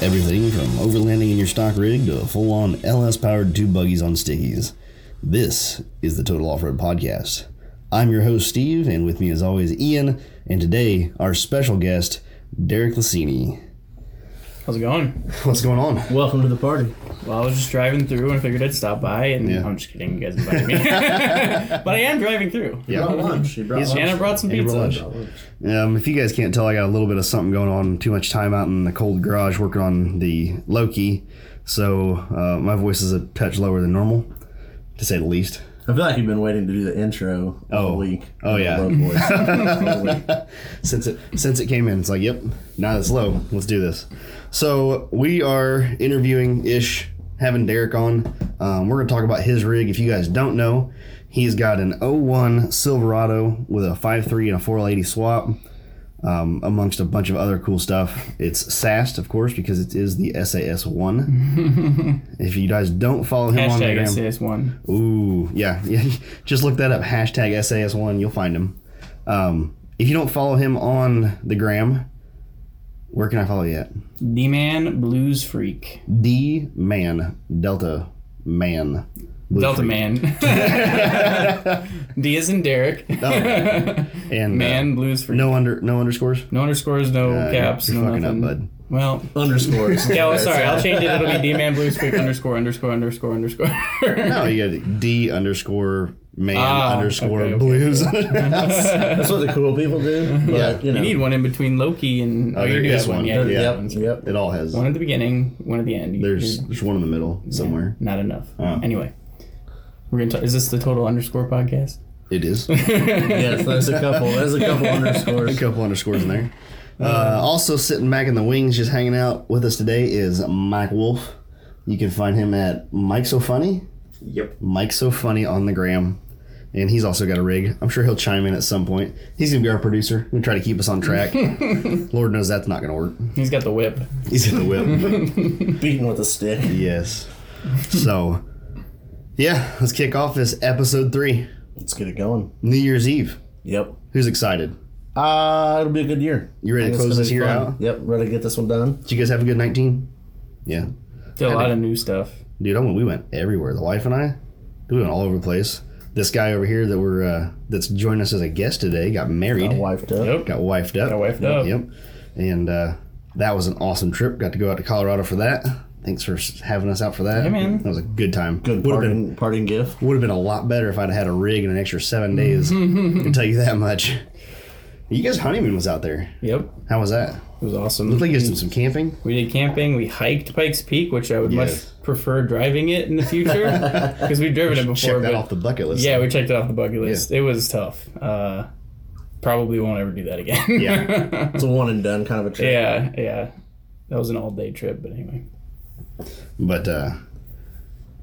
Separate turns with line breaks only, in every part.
Everything from overlanding in your stock rig to full on LS powered tube buggies on stickies. This is the Total Off Road Podcast. I'm your host, Steve, and with me as always, Ian, and today, our special guest, Derek Lassini.
How's it going?
What's going on?
Welcome to the party.
Well, I was just driving through and figured I'd stop by, and
Yeah.
I'm just kidding, you guys invited me. but I am driving through.
Yeah.
Brought lunch. He brought
He's-
And
lunch.
I brought some
And
pizza.
lunch.
Brought lunch.
Um, if you guys can't tell, I got a little bit of something going on. Too much time out in the cold garage working on the Loki, so uh, my voice is a touch lower than normal, to say the least.
I feel like you've been waiting to do the intro
Oh.
all week.
Oh, yeah.
Low voice. All week.
since it since it came in. It's like, yep, now it's low. Let's do this. So we are interviewing ish, having Derek on. Um, we're gonna talk about his rig. If you guys don't know, he's got an 01 Silverado with a 5.3 and a 480 swap. Um, amongst a bunch of other cool stuff, it's SAST, of course, because it is the SAS one. if you guys don't follow him on
Hashtag
Instagram,
SAS1.
Ooh, yeah, yeah. Just look that up. Hashtag SAS1. You'll find him. Um, if you don't follow him on the gram, where can I follow you at?
D Man Blues Freak.
D man Delta man Blue
Delta
Freak.
Man. D is in Derek.
and uh,
Man Blues Freak. No,
no under no underscores.
underscores, no
Uh,
caps,
you're
no
fucking
nothing.
up, bud.
Well,
Underscores.
yeah, well, sorry, I'll change it. It'll be D Man Blues Freak underscore underscore underscore underscore.
No, you got D underscore man
Ah,
underscore
okay, okay,
blues.
That's what the cool people do. But,
Yeah.
you know.
You need one in between Loki and.
Oh, there
you do
is
have
one.
Yeah, you do
Yeah.
have
Yep.
one.
Yep.
it all has.
One at the beginning, one at the end. You-
There's there's one in the middle somewhere.
Not enough.
Oh.
Anyway, we're gonna. Talk, is this the total underscore podcast?
It is.
Yes, there's a couple. There's a couple
A
underscores.
couple underscores in there. Uh, also sitting back in the wings, just hanging out with us today is Mike Wolf. You can find him at Mike So Funny.
Yep.
Mike So Funny on the gram. And he's also got a rig. I'm sure he'll chime in at some point. He's gonna be our producer. We're gonna try to keep us on track. Lord knows that's not gonna work.
He's got the whip.
He's hit the whip.
Beaten with a stick.
yes. So yeah, let's kick off this episode three.
Let's get it going.
New Year's Eve.
Yep.
Who's excited?
Uh, it'll be a good year.
You ready to
I think it's
close
gonna
this
be
year
fun.
out?
Yep. Ready to get this one done.
Did you guys have a good nineteen? Yeah.
Did a lot of new stuff.
dude I went, we went everywhere the wife and i we went all over the place this guy over here that we're uh, that's joined us as a guest today got married
Got wifed up.
Yep.
got wifed up
Got wifed up.
yep and uh, that was an awesome trip got to go out to colorado for that thanks for having us out for that
Yeah, man.
that was a good time
Good
would have been
parting, parting gift.
would have been a lot better if i'd had a rig and an extra seven days i can tell you that much you guys honeymoon was out there
Yep,
how was that
it was awesome.
looked like you guys did some camping
we did camping. We hiked Pikes Peak, which I would
Yes.
much prefer driving it in the future because we've driven it
check
before.
that
but
off the bucket list
yeah, we checked it off the bucket list. It was tough. Uh, probably won't ever do that again.
Yeah.
It's a one and done kind of a trip.
yeah, yeah. That was an all day trip, but anyway.
But uh,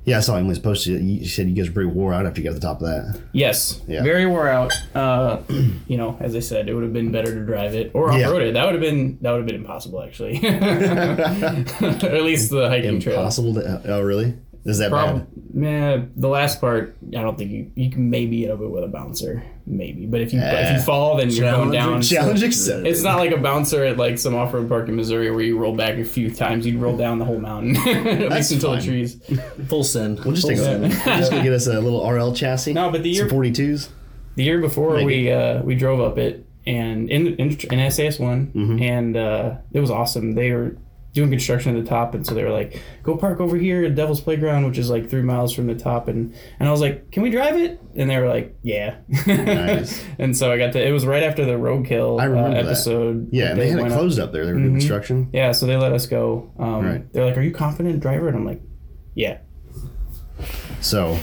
yeah, I saw him was posted. You said you guys were pretty wore out after you got to the top of that.
Yes,
Yeah.
very wore out. Uh, you know, as I said, it would have been better to drive it or off
Yeah.
road it. That would have been that would have been impossible actually. or at least the hiking trail.
Impossible to. Oh, really? Is that
Prob-
bad?
Nah, the last part, I don't think you you can maybe get up it with a bouncer, maybe. But if you
Yeah.
if you fall, then you're going down.
Challenge
Challenge accepted.
It's not like a bouncer at like some off road park in Missouri where you roll back a few times. You'd roll down the whole mountain, at
That's
least until
fine.
the trees.
Full send.
We'll just take a. we're just gonna get us a little RL chassis.
No, but the year
some forty twos.
The year before
Maybe.
we uh, we drove up it and in in, in SAS one
Mm-hmm.
and uh, it was awesome. They were doing construction at the top and so they were like, "Go park over here at Devil's Playground, which is like three miles from the top." And and I was like, "Can we drive it?" And they were like, "Yeah."
Nice.
and so I got to. It was right after the roadkill
I remember
uh,
that.
episode.
Yeah,
that
and they had it
went up.
closed up there. They were doing
Mm-hmm.
construction.
Yeah, so they let us go. Um,
Right.
They're like, "Are you confident driver?" And I'm like, "Yeah."
So,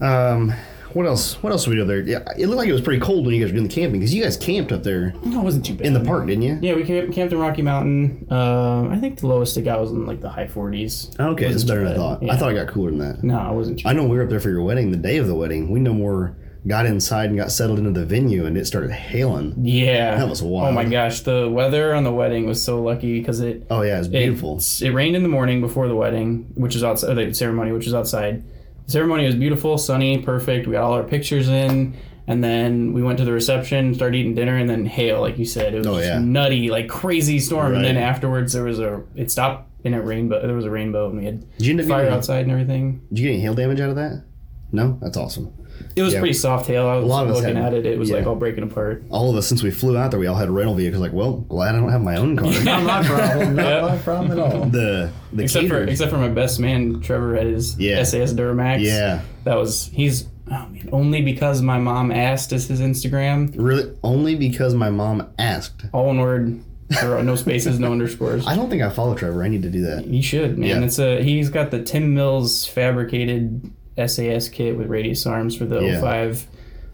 um, what else? What else did we do up there? Yeah, it looked like it was pretty cold when you guys were doing the camping because you guys camped up there
No, it wasn't too bad.
in the park, didn't you?
Yeah, we camped, camped in Rocky Mountain. Um, I think the lowest it got was in like the high 40s.
Okay, it's better than I
bad.
thought. I
Yeah.
thought it got cooler than that.
No, it wasn't too
I know we were up there for your wedding, the day of the wedding. We no more got inside and got settled into the venue, and it started hailing.
Yeah.
That was wild.
Oh my gosh, the weather on the wedding was so lucky because it
Oh yeah, it was beautiful.
It, it rained in the morning before the wedding, which is outside the ceremony, which is outside. The ceremony was beautiful, sunny, perfect. We got all our pictures in. And then we went to the reception, started eating dinner, and then hail, like you said, it was
Oh,
just
yeah.
nutty, like crazy storm. And then
Right.
afterwards, there was a it stopped in a rainbow. There was a rainbow, and we had
Did you end up
fire
getting-
outside and everything.
Did you get any hail damage out of that? No, that's awesome.
It was
Yeah.
pretty soft hail. I was
lot of us
looking
had-
at it. It was like
yeah.
all breaking apart.
All of us, since we flew out there, we all had rental vehicles. Like, well, glad I don't have my own car.
Not my problem. Not
Yep.
my problem at all.
the the
Except for
catered-
except for my best man Trevor had his
Yeah.
SAS Duramax.
yeah,
That was he's oh man, only because my mom asked is his Instagram.
really, only because my mom asked.
All one word. There are no spaces, no underscores.
I don't think I follow Trevor. I need to do that.
You should, man.
Yeah.
It's a he's got the Tim Mills fabricated SAS kit with radius arms for the
Yeah.
05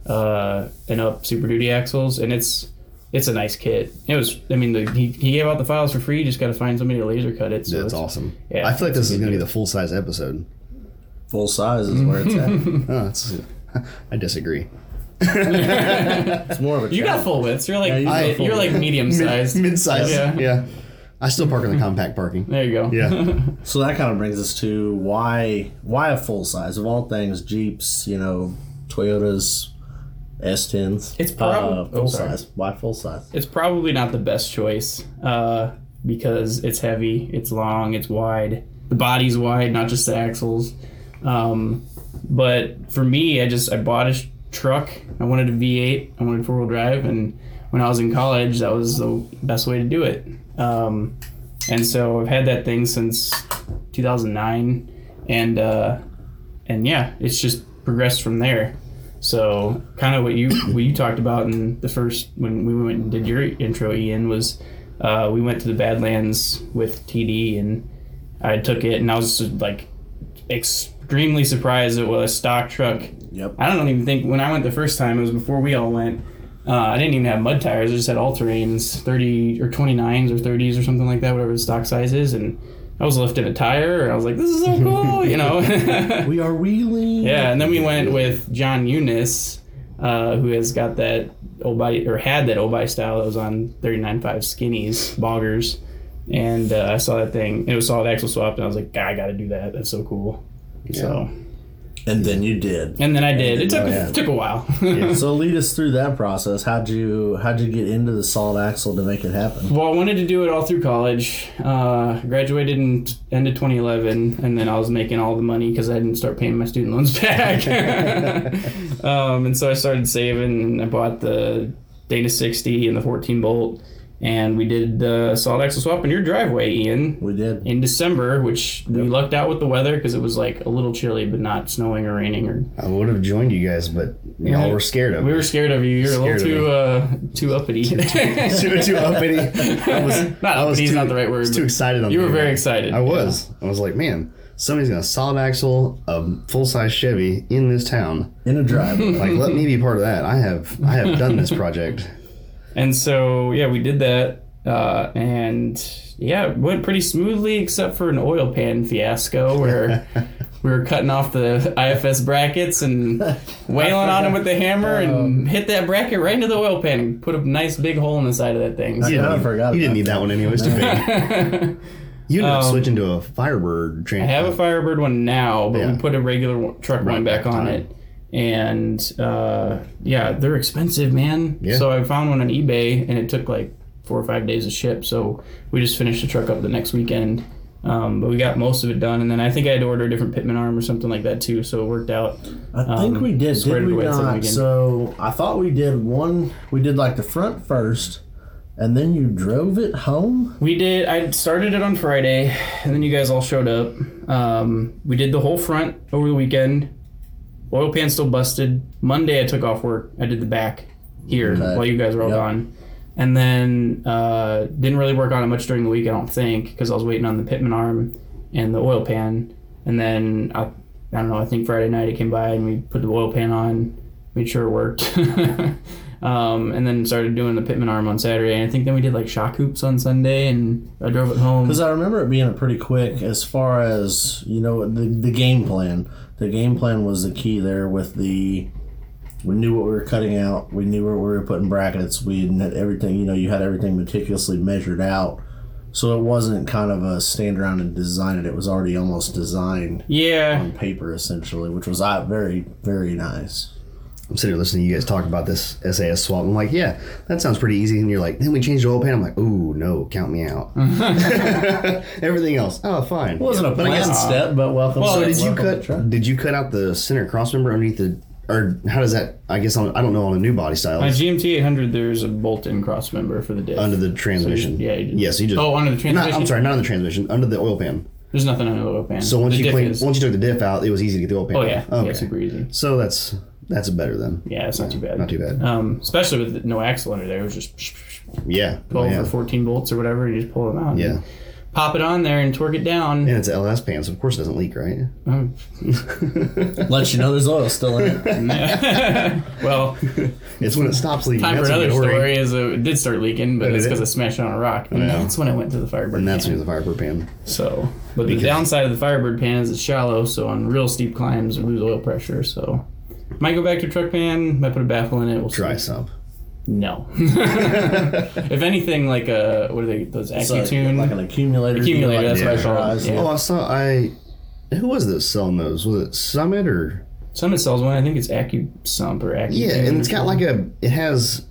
uh, and up Super Duty axles, and it's it's a nice kit. It was, I mean, the, he, he gave out the files for free. You just got to find somebody to laser cut it. So
That's
it's-
awesome.
yeah,
I feel like this
it's a
is
good
going to be the full size episode.
Full size is where it's at.
Oh, that's, I disagree.
It's more of a.
You got
challenge.
full widths. You're like
you got
mid-
full
you're like
widths.
medium sized.
Mid size.
Yeah.
Yeah. I still park in the compact parking.
There you go.
Yeah.
So that kind of brings us to why why a full size of all things Jeeps, you know, Toyotas, S10s.
It's prob-
uh, full
oh, sorry.
size. Why full size?
It's probably not the best choice uh, because it's heavy, it's long, it's wide. The body's wide, not just the axles. Um, but for me, I just I bought a sh- truck. I wanted a V8. I wanted four wheel drive, and when I was in college, that was the best way to do it. Um, and so I've had that thing since 2009, and uh, and yeah, it's just progressed from there. So kind of what you what you talked about in the first when we went and did your intro, Ian, was uh, we went to the Badlands with TD and I took it and I was just, like extremely surprised it was a stock truck.
Yep.
I don't even think when I went the first time it was before we all went. Uh, I didn't even have mud tires. I just had all terrains, thirty or twenty nines or thirties or something like that, whatever the stock size is. And I was lifting a tire. I was like, "This is so cool," you know.
We are wheeling.
Yeah, and then we went with John Eunice, uh, who has got that old body or had that old body style that was on 39.5 skinnies, boggers. And uh, I saw that thing, it was saw the axle swapped, and I was like, "God, I gotta do that. That's so cool. So,
And then you did.
and then I did. It took,
Oh, yeah.
took a while.
So lead us through that process. How'd you how'd you get into the solid axle to make it happen?
Well, I wanted to do it all through college. Uh, graduated in t- end of 2011, and then I was making all the money because I didn't start paying my student loans back. um, and so I started saving, and I bought the Dana 60 and the 14 bolt, and we did the solid axle swap in your driveway, Ian,
We did.
in December, which we lucked out with the weather because it was like a little chilly, but not snowing or raining or
I would have joined you guys, but y'all were scared of
we
me.
were scared of you. You're a little
Scared of
too uh, too uppity.
too, too uppity. I was,
not
I was
uppity is
too-
not the right word.
I was
but-
too excited on
You
the
were very
internet.
excited.
I was. I was like, man, somebody's got a solid axle, a full size Chevy in this town.
In a driveway.
Like, let me be part of that. I have I have done this project.
And so yeah, we did that, uh, and yeah, it went pretty smoothly except for an oil pan fiasco where we were cutting off the IFS brackets and wailing on them with the hammer and hit that bracket right into the oil pan and put a nice big hole in the side of that thing. So-
Yeah. I
you,
forgot
You didn't
about
need that one anyway. It's too big. You ended up
Um,
switching to a Firebird
I
train.
have a Firebird one now, but
Yeah.
we put a regular one- truck one back on it. And uh, yeah, they're expensive, man.
Yeah.
So I found one on eBay, and it took like four or five days to ship. So we just finished the truck up the next weekend. Um, but we got most of it done, and then I think I had to order a different Pitman arm or something like that too. So it worked out.
I think
Um,
we did.
squared
Did we
away, it's like
not?
we can-
So I thought we did one. We did like the front first, and then you drove it home.
We did. I started it on Friday, and then you guys all showed up. Um, we did the whole front over the weekend. Oil pan still busted. Monday, I took off work. I did the back here
Okay.
while you guys were all
Yep.
gone, and then uh, didn't really work on it much during the week. I don't think because I was waiting on the Pitman arm and the oil pan, and then I, I don't know. I think Friday night it came by and we put the oil pan on, made sure it worked. Um, and then started doing the Pitman arm on Saturday, and I think then we did like shock hoops on Sunday, and I drove it home.
Because I remember it being pretty quick as far as, you know, the, the game plan. The game plan was the key there with the. We knew what we were cutting out. We knew where we were putting brackets. We had everything, you know, you had everything meticulously measured out. So it wasn't kind of a stand around and design it. It was already almost designed
Yeah,
paper, essentially, which was uh, very, very nice.
I'm sitting here listening to you guys talk about this SAS swap. I'm like, yeah, that sounds pretty easy. And you're like, then we changed the oil pan. I'm like, ooh, no, count me out. Everything else, oh, fine.
It wasn't a
But I guess- uh,
planned step, but welcome.
Well,
to-
did you
welcome to
cut?
the truck.
Did you cut out the center crossmember underneath the? Or how does that? I guess on, I don't know on a new body style
My
it's
GMT 800, there's a bolt-in cross member for the diff.
Oh. under the transmission.
yeah, you just-
yes, you just.
oh, under the
not,
transmission.
I'm sorry, not on the transmission, under the oil pan.
There's nothing under the oil pan.
So once
The
you
diff
clean,
is-
once you took the diff out, it was easy to get the oil pan.
oh
off.
yeah,
Okay.
yeah, super easy.
So that's that's better then.
Yeah, it's not too bad.
Not too bad.
Um, especially with no axle under there, it was just
Yeah.
twelve
Oh, yeah.
or fourteen bolts or whatever, and you just pull them out.
Yeah.
and pop it on there and torque it down.
And it's LS pants, of course it doesn't leak, right?
Oh.
Let you know there's oil still in it.
well,
It's when it stops leaking.
time for
that's a
another
good worry.
story is uh, it did start leaking, but
Did
it's
it?
because I smashed it on a rock, and
Yeah.
that's when I went to the Firebird.
And that's
pan.
when the fireproof pan.
so. But the
Because-
downside of the Firebird pan is it's shallow, so on real steep climbs, we lose oil pressure. So might go back to a truck pan. Might put a baffle in it. We'll see.
Dry sump.
No. if anything, like uh, what are they? Those
It's like,
Accutune.
like an accumulator.
Accumulator, that's
what I
pressurized.
call it,
Oh, I saw I who was this selling those? Was it Summit or
Summit sells one. I think it's AccuSump or Accu.
Yeah, and it's got like a it has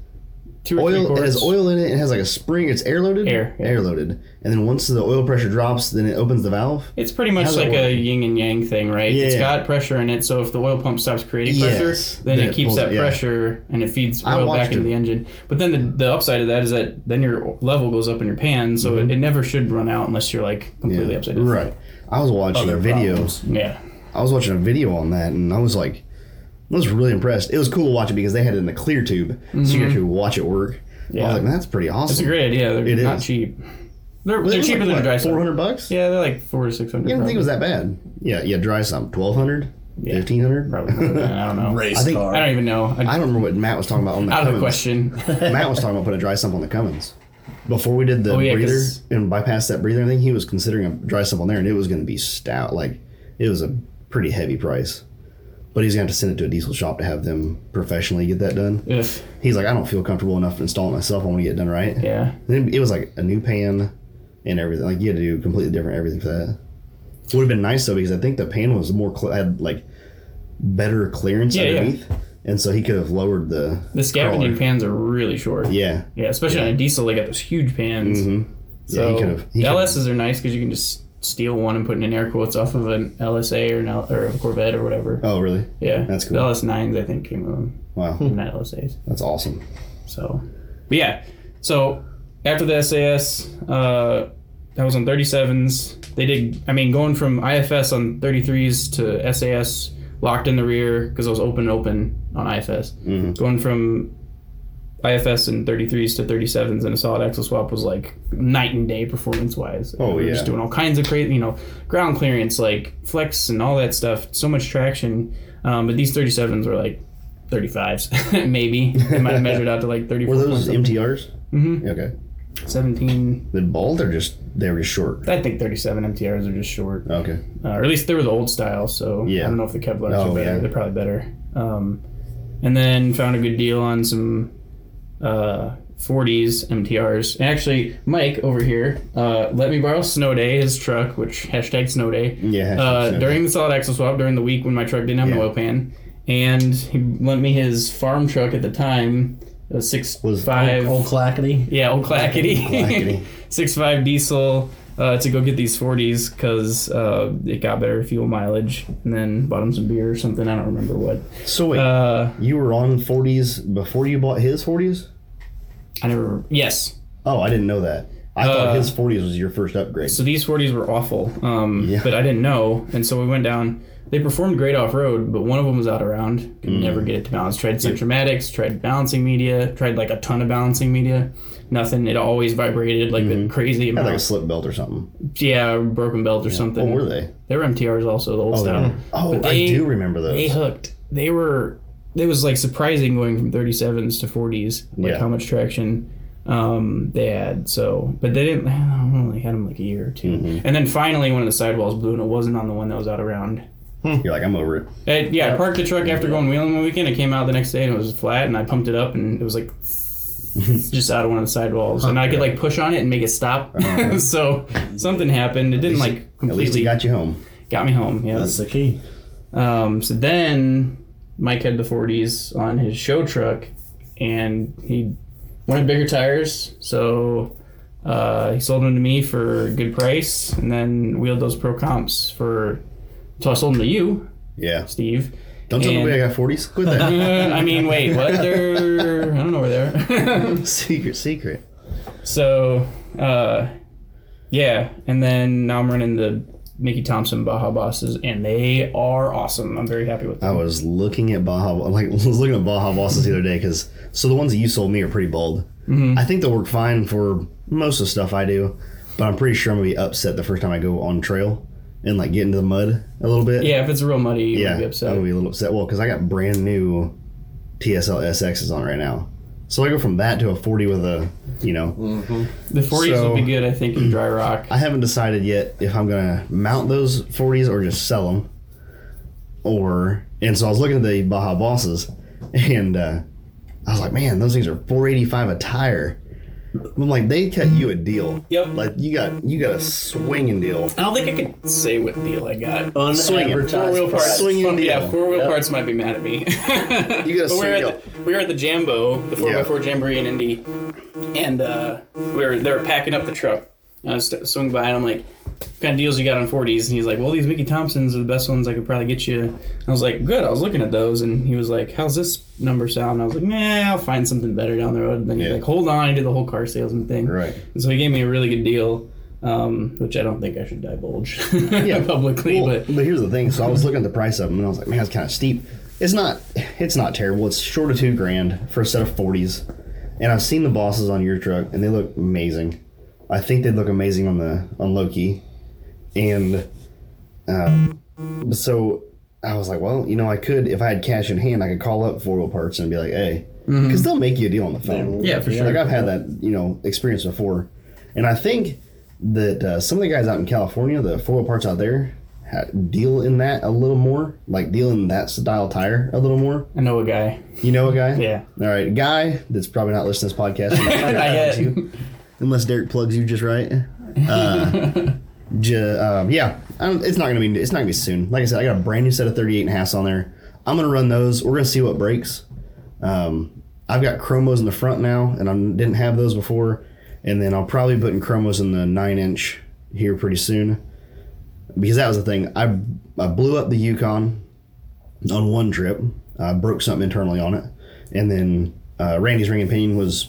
two or three
oil it
quarts.
has oil in it, it has like a spring, it's air loaded.
Air, yeah.
Air loaded. And then once the oil pressure drops, then it opens the valve.
It's pretty much
How's that
like a
work?
yin and yang thing, right? It's
Yeah.
got pressure in it, so if the oil pump stops creating
Yes.
pressure, then
Then
it
it
keeps
pulls
that
it, yeah.
pressure and it feeds
I
oil back
watched
into
it.
the engine. But then the, the upside of that is that then your level goes up in your pan, so it, it never should run out unless you're like completely upside down.
Mm-hmm. Right. I was watching a
Other
video.
problems.
Yeah.
I was watching a video on that, and I was like, I was really impressed. It was cool to watch it because they had it in a clear tube, so you could actually watch it work. I
Mm-hmm. Yeah.
was like, man, that's pretty awesome.
It's a great idea. They're
It
not
is.
cheap. They're, they're cheaper than a dry
Four
sump.
hundred bucks.
Yeah, they're like four to six hundred.
I didn't think it was that bad. Yeah, yeah, dry sump, 1200
Yeah.
1500
probably. more than that, I don't know.
Race
I think-
car.
I don't even know. I,
I don't remember what Matt was talking about on the
out of
Cummins.
the question.
Matt was talking about putting a dry sump on the Cummins. Before we did the
Oh, yeah,
breather
'cause-
and bypassed that breather thing, he was considering a dry sump on there, and it was going to be stout. Like it was a pretty heavy price, but he's going to have to send it to a diesel shop to have them professionally get that done.
If
He's like, I don't feel comfortable enough to install it myself. I want to get it done right.
yeah,
Then it was like a new pan and everything. Like you had to do completely different everything for that. Would have been nice though because I think the pan was more cl- had like better clearance
Yeah, yeah.
underneath, and so he could have lowered the
the scavenging
crawler.
pans are really short.
Yeah,
Yeah, especially
Yeah. Mm-hmm.
on a diesel, they got those huge pans. So
Yeah, he could've- he
the
could've-
LSs are nice because you can just steal one and put it in air quotes off of an LSA or an L- or a Corvette or whatever.
Oh, really?
yeah,
that's
The
cool.
LS9s I think came with them,
Wow,
not LSAs.
that's awesome.
So, but yeah, so after the SAS, uh, I was on 37s. They did, I mean, going from IFS on 33s to SAS locked in the rear because I was open open on IFS.
Mm-hmm.
Going from IFS and 33s to 37s and a solid axle swap was like night and day performance wise.
Oh,
we were
yeah.
just doing all kinds of crazy, you know, ground clearance, like flex and all that stuff. So much traction. Um, but these 37s were like 35s, maybe. They might have measured out to like 34.
Were those MTRs?
Mhm.
Okay.
17.
The bald or just they were just short.
I think 37 MTRs are just short.
Okay.
Uh, or at least they were the old style, so
Yeah.
I don't know if the Kevlar's
Oh,
are better.
yeah.
They're probably better. Um, and then found a good deal on some uh, 40s MTRs. And actually, Mike over here uh, let me borrow Snow Day, his truck, which hashtag Snow Day.
Yeah.
Uh,
so-
during the solid axle swap during the week when my truck didn't have an
Yeah.
oil pan, and he lent me his farm truck at the time, a six
Was-
five,
Old Clackety.
yeah, old
Clackety.
clackety, six five diesel uh, to go get these forties because uh, it got better fuel mileage, and then bought him some beer or something. I don't remember what.
so wait,
Uh,
you were on 40s before you bought his 40s?
I never. Yes.
Oh, I didn't know that. I
Uh,
thought his 40s was your first upgrade.
So these forties were awful, um,
Yeah.
but I didn't know, and so we went down. They performed great off road, but one of them was out of round.
Mm.
Could never get it to balance. Tried centromatics, tried balancing media, tried like a ton of balancing media. Nothing. It always vibrated like
Mm-hmm.
the crazy
Had
amount.
like a slip belt or something.
yeah, broken belt or something.
What were they?
They were MTRs also, the old
Oh, they
style.
were- oh
But
I do remember
They
those.
hooked. They were. It was like surprising going from 37s to 40s. Like
Yeah.
how much traction um, they had. So, but they didn't. I don't know, only had them like a year or 2
Mm-hmm.
And then finally, one of the sidewalls blew, and it wasn't on the one that was out around.
You're like, I'm over it.
I, yeah, I parked the truck after going wheeling one weekend. It came out the next day and it was flat, and I pumped it up, and it was like just out of one of the sidewalls, and I could like push on it and make it stop. so something happened. It didn't
least-
like
Uh-huh. At least
completely
he
got,
got you home.
me home. Yeah,
That's the key.
um, so then Mike had the 40s on his show truck, and he wanted bigger tires, so uh, he sold them to me for a good price, and then wheeled those pro comps for. So I sold them to you,
Yeah.
Steve.
Don't tell
And-
nobody I got 40s. Quit that.
Uh, I mean, wait, what? They're I don't know where they're.
secret, secret.
so, uh, yeah, and then now I'm running the Mickey Thompson Baja Bosses, and they are awesome. I'm very happy with
I
them.
was looking at Baja, like was looking at Baja bosses the other day because so the ones that you sold me are pretty bold.
Mm-hmm.
I think they'll work fine for most of the stuff I do, but I'm pretty sure I'm gonna be upset the first time I go on trail and like get into the mud a little bit.
Yeah, if it's real muddy, you
yeah,
would be
I'm
upset.
gonna be a little upset. Well, because I got brand new TSL SXs on right now, so I go from that to a 40 with a, you know,
The 40s
So-
would be good, I think, in dry rock.
I haven't decided yet if I'm gonna mount those 40s or just sell them. Or and so I was looking at the Baja bosses, and uh, I was like, man, those things are 485 a tire. I'm like, they cut you a deal.
Yep.
Like you got you got a swinging deal.
I don't think I can say what deal I got.
Swinging.
Four wheel
Unadvertised
parts.
price.
Swinging
yeah,
deal.
four wheel
Yep.
parts might be mad at me.
You got a
But we were,
swinging deal.
at the, we were at the Jambo, the 4x4 Jamboree in Indy, and uh, we were they were packing up the truck. And I was st- swung by and I'm like, "What kind of deals you got on 40s?" And he's like, "Well, these Mickey Thompsons are the best ones I could probably get you." And I was like, "Good." I was looking at those, and he was like, "How's this number sound?" And I was like, "Nah, I'll find something better down the road." And then he's
Yeah.
like, "Hold on," I did the whole car salesman thing.
Right.
And so he gave me a really good deal. Um, which I don't think I should divulge publicly,
Well,
but
but, here's the thing. So I was looking at the price of them, and I was like, man, it's kind of steep. It's not. It's not terrible. It's short of two grand for a set of forties. And I've seen the bosses on your truck, and they look amazing. I think they look amazing on the on Loki. And uh, so I was like, well, you know, I could if I had cash in hand, I could call up Four Wheel Parts and be like, hey, because they'll make you a deal on the phone.
Yeah, for sure.
Like I've had that you know experience before, and I think that uh, some of the guys out in California, the four wheel parts out there, ha- deal in that a little more, like deal in that style tire a little more.
I know a guy.
You know a guy?
Yeah.
All right, a guy that's probably not listening to this podcast
Not yet.
unless Derek plugs you just right. Uh, ju- um, yeah, I don't, it's not gonna be it's not gonna be soon. Like I said, I got a brand new set of 38 and a half on there. I'm gonna run those. We're gonna see what breaks. Um, I've got chromos in the front now, and I didn't have those before. And then I'll probably put in chromos in the nine inch here pretty soon, because that was the thing. I I blew up the Yukon on one trip. I broke something internally on it, and then uh, Randy's ring and pinion was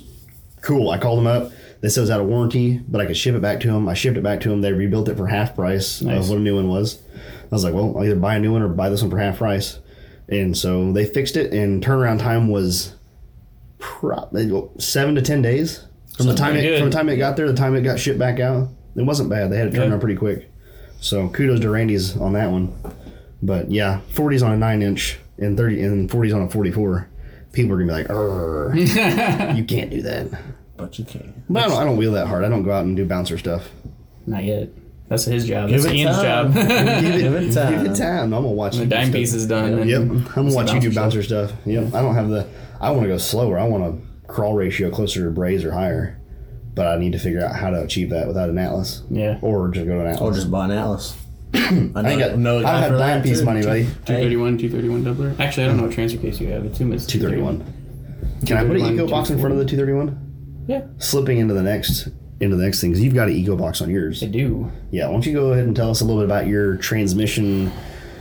cool. I called him up. They said it was out of warranty, but I could ship it back to him. I shipped it back to him. They rebuilt it for half price
Nice.
of what a new one was. I was like, well, I'll either buy a new one or buy this one for half price. And so they fixed it, and turnaround time was probably seven to ten days from the time
pretty
it,
good.
from the time it got there, to the time it got shipped back out. It wasn't bad. They had it turned
Yeah.
around pretty quick. So kudos to Randy's on that one. But yeah, 40s on a nine inch and 30 and 40s on a 44. People are gonna be like, "Arr, you can't do that.
But you can.
But I don't, I don't wheel that hard. I don't go out and do bouncer stuff.
Not yet. That's his job.
Give
That's
it
Ian's
time.
job.
Give
Give it time.
Give it time. I'm gonna watch
the
you do
dime
stuff.
piece is done. and
Yep, I'm gonna
it's
watch you do
bouncer
bouncer stuff. Yep, I don't have the. I want to go slower. I want a crawl ratio closer to Braze or higher, but I need to figure out how to achieve that without an Atlas.
Yeah.
Or just go to an Atlas.
Or just buy an Atlas. I,
I ain't got no. I don't have dime piece money, buddy.
Two thirty one, two thirty one doubler. Actually, I don't know what transfer case you have. It's two minutes.
Two thirty one. Can I put an
231,
eco box in front of the two thirty one?
Yeah,
Slipping into the next into the next thing 'cause you've got an eco box on yours.
I do.
Yeah. Why don't you go ahead and tell us a little bit about your transmission,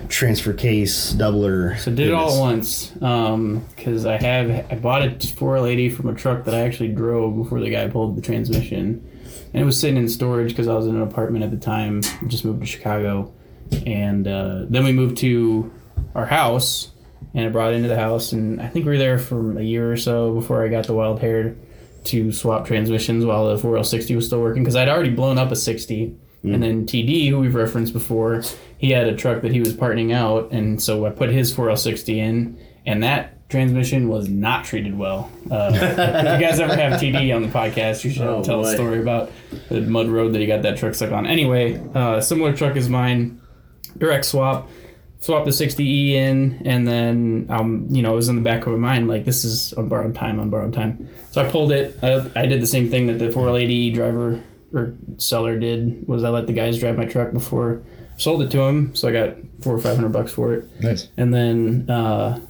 transfer case, doubler?
So did it all at once because I have I bought a 480 from a truck that I actually drove before the guy pulled the transmission, and it was sitting in storage because I was in an apartment at the time. I just moved to Chicago, and uh, then we moved to our house, and I brought it into the house, and I think we were there for a year or so before I got the wild hair to swap transmissions while the 4L60 was still working because I'd already blown up a 60.
Mm.
And then TD, who we've referenced before, he had a truck that he was partnering out, and so I put his 4L60 in, and that transmission was not treated well. Uh, if you guys ever have TD on the podcast, you should
Oh,
tell
boy.
the story about the mud road that he got that truck stuck on. Anyway, uh, similar truck is mine, direct swap swap the 60e in and then um you know it was in the back of my mind like this is on borrowed time on borrowed time so i pulled it I, I did the same thing that the 480 driver or seller did was i let the guys drive my truck before sold it to him so i got four or five hundred bucks for it
Nice.
and then uh,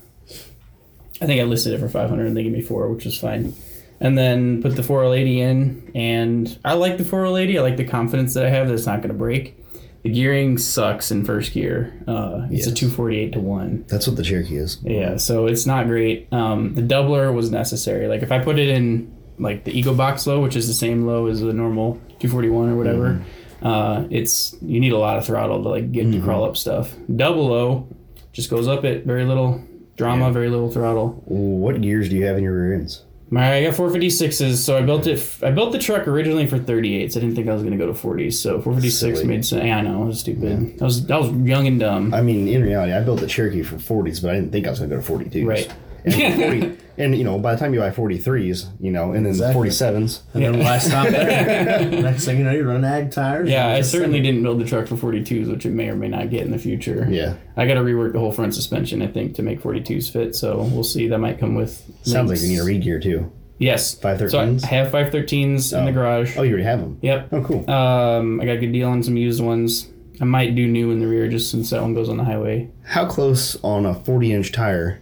I think I listed it for 500 and they gave me four, which was fine. And then put the 4L80 in, and I like the 4L80. I like the confidence that I have that it's not going to break. The gearing sucks in first gear. Uh, it's a
Yes.
248 to 1.
That's what the Cherokee is.
Yeah, so it's not great. Um, the doubler was necessary. Like if I put it in like the Ego Box low, which is the same low as the normal 241 or whatever,
Mm-hmm.
uh, it's you need a lot of throttle to like get to crawl up stuff. Double low just goes up it very little drama, very little throttle.
What gears do you have in your rear ends?
My I got 456s, so I built it. f- I built the truck originally for 38s. I didn't think I was gonna go to 40s, so 456
Silly.
made sense. Yeah, I know, it was stupid. I was I was young and dumb.
I mean, in reality, I built the Cherokee for 40s, but I didn't think I was going to go to 42s.
Right.
And, 40, and you know, by the time you buy 43s, you know, and then
Exactly.
47s,
And then why stop there? Next thing you know, you run ag tires.
Yeah, I
Just
certainly didn't build the truck for 42s, which it may or may not get in the future.
Yeah.
I got to rework the whole front suspension, I think, to make 42s fit. So we'll see. That might come with.
sounds like
links.
you need a read gear too.
Yes.
513s?
So I have 513s in the garage.
Oh, you already have them.
Yep.
Oh, cool.
Um, I got a good deal on some used ones. I might do new in the rear just since that one goes on the highway.
How close on a 40 inch tire?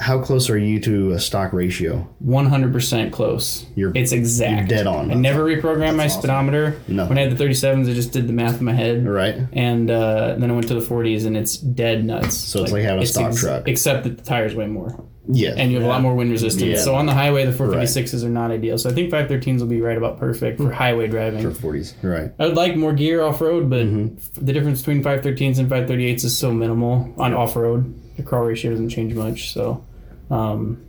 How close are you to a stock ratio?
100% close.
You're-
it's exact.
you're dead on.
I never reprogrammed my speedometer.
No.
When I had the 37s, I just did the math in my head.
Right.
and uh, then I went to the 40s, and it's dead nuts. So
it's like having a stock truck.
except that the tires weigh more,
Yeah.
and you have a lot more wind resistance.
Yeah.
So on the highway, the 456s are not ideal. So I think 513s will be right about perfect
Hmm.
for highway driving.
for 40s. Right.
I would like more gear off road, but f-
Mm-hmm.
the difference between 513s and 538s is so minimal on off road. The crawl ratio doesn't change much, so. Um,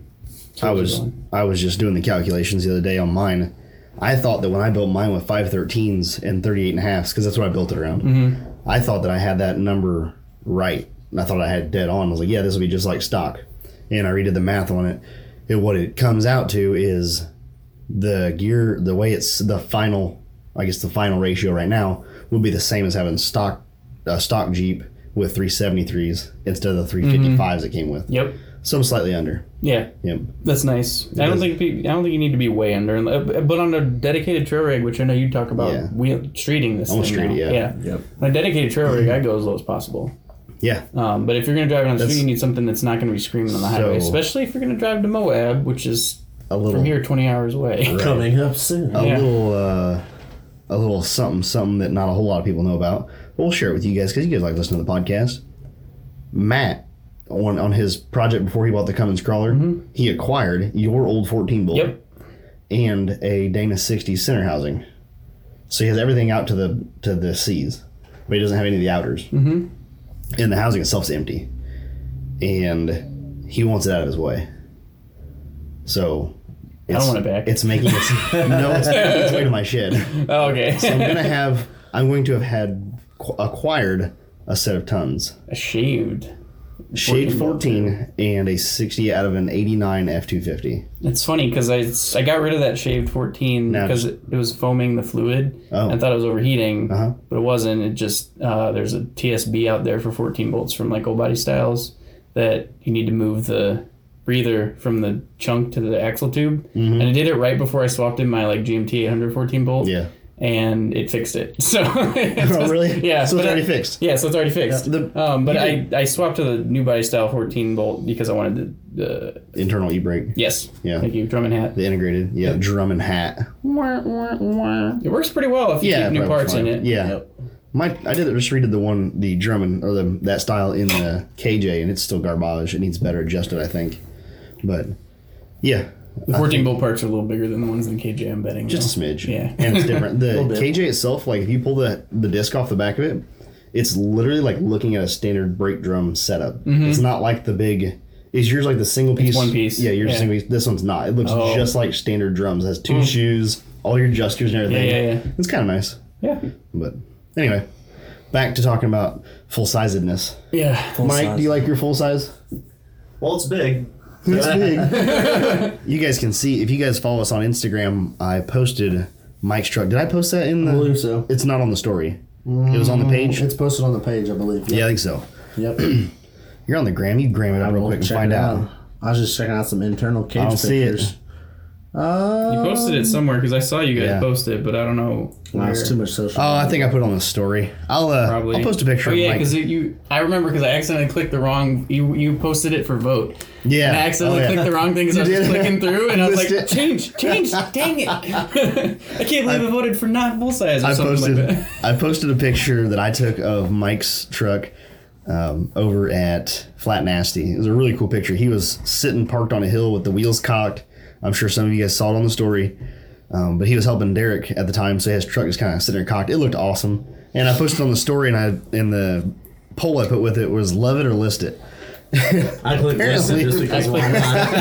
I was I was just doing the calculations the other day on mine. I thought that when I built mine with 513s and 38 and a halves, because that's what I built it around, I thought that I had that number right. And I thought I had it dead on. I was like, yeah, this will be just like stock. And I redid the math on it. And what it comes out to is the gear, the way it's the final, I guess the final ratio right now would be the same as having stock, a stock Jeep with 373s instead of the 355s it came with.
yep.
Some slightly under.
Yeah,
Yep.
that's nice. I don't
does-
think pe- I don't think you need to be way under, unle- but on a dedicated trail rig, which I know you talk about,
Yeah.
wheel streeting this.
Almost
thing now.
street, yeah.
yeah.
Yep.
On a dedicated trail rig, I go as low as possible.
Yeah.
Um, but if you're going to drive it on the street,
That's-
you need something that's not going to be screaming on the highway,
So-
especially if you're going to drive to Moab, which is
A little.
from here 20 hours away.
Coming up soon.
a
Yeah.
little uh, a little something something that not a whole lot of people know about. We'll share it with you guys because you guys like listening to the podcast. Matt on on his project before he bought the Cummins crawler, he acquired your old 14 bolt
Mm-hmm. Yep.
and a Dana 60 center housing. So he has everything out to the to the seas, but he doesn't have any of the outers. Mm-hmm. And the housing itself's empty, and he wants it out of his way. So.
don't
it's-
want it back.
It's making its no, it's making its way to my shed.
Oh, okay.
I'm gonna have. I'm going to have had qu- acquired a set of tons,
Shaved.
shade
14.
14 and a 60 out of an 89 F250.
It's funny because I, I got rid of that shaved 14
Now-
because it, it was foaming the fluid.
Oh.
I thought it was overheating,
Uh-huh.
but it wasn't. It just, uh, there's a TSB out there for 14 bolts from like old body styles that you need to move the breather from the chunk to the axle tube. And I did it right before I swapped in my like GMT 814 bolt.
Mm-hmm. Yeah.
And it fixed it. So, it's
Oh, really?
Yeah.
So
but
it's
I-
already fixed.
yeah, so it's already fixed.
Yeah, the-
um, but I, I swapped to the new body style 14 bolt because I wanted the, the
Internal e-brake.
yes.
Yeah.
Thank you, drum and hat.
The integrated. Yeah. Drum and hat.
It works pretty well if you
Yeah.
keep new
probably
parts in
fine.
it.
Yeah.
Yep.
My I did just redid the one the Drummond or the that style in the KJ and it's still garbage. It needs better adjusted, I think. But yeah,
The 14 bolt parts are a little bigger than the ones in KJ, I'm betting.
just a
though.
smidge.
Oh, Yeah.
and it's different. The
bit.
KJ itself, like if you pull the the disc off the back of it, it's literally like looking at a standard brake drum setup. It's not like the big. Is yours like the single piece?
Mm-hmm. one piece.
Yeah, yours
Yeah.
single piece. This one's not. It looks
Oh. Mm.
just like standard drums. It has two shoes, all your adjusters and everything.
Yeah, yeah, yeah.
It's kind of nice.
Yeah.
But anyway, back to talking about full sizedness.
Yeah.
Mike, do you like your full size?
Well, it's big.
It's big. you guys can see if you guys follow us on Instagram. I posted Mike's truck. Did I post that in the?
I believe so.
It's not on the story. It was on the page.
It's posted on the page, I believe.
yeah, I think so.
Yep.
You're on the gram. You gram it up real
We'll
quick and
check
find
it
out.
I was just checking out some internal cage
I don't see
pictures.
it.
Uh,
You posted it somewhere because I saw you guys
Um, Yeah.
post it, but I don't know.
Wow, it's
where.
too much social.
Oh, I think I put it on a story. I'll uh,
Probably.
I'll post a picture.
Oh
of
yeah,
Mike.
because you. I remember because I accidentally clicked the wrong. You you posted it for vote.
yeah.
And I accidentally
Oh, yeah.
clicked the wrong thing because I was
You
just
did?
clicking through, and I was like,
Missed it.
change, change, dang it! I can't believe I, voted for not bull size or
I
something
posted
like that.
I posted a picture that I took of Mike's truck um, over at Flat Nasty. It was a really cool picture. He was sitting parked on a hill with the wheels cocked. I'm sure some of you guys saw it on the story. Um, but he was helping Derek at the time, so his truck was kind of sitting there cocked. It looked awesome, and I posted on the story, and I and the poll I put with it was "Love it or list it."
I clicked yes
Apparently.
just because why not?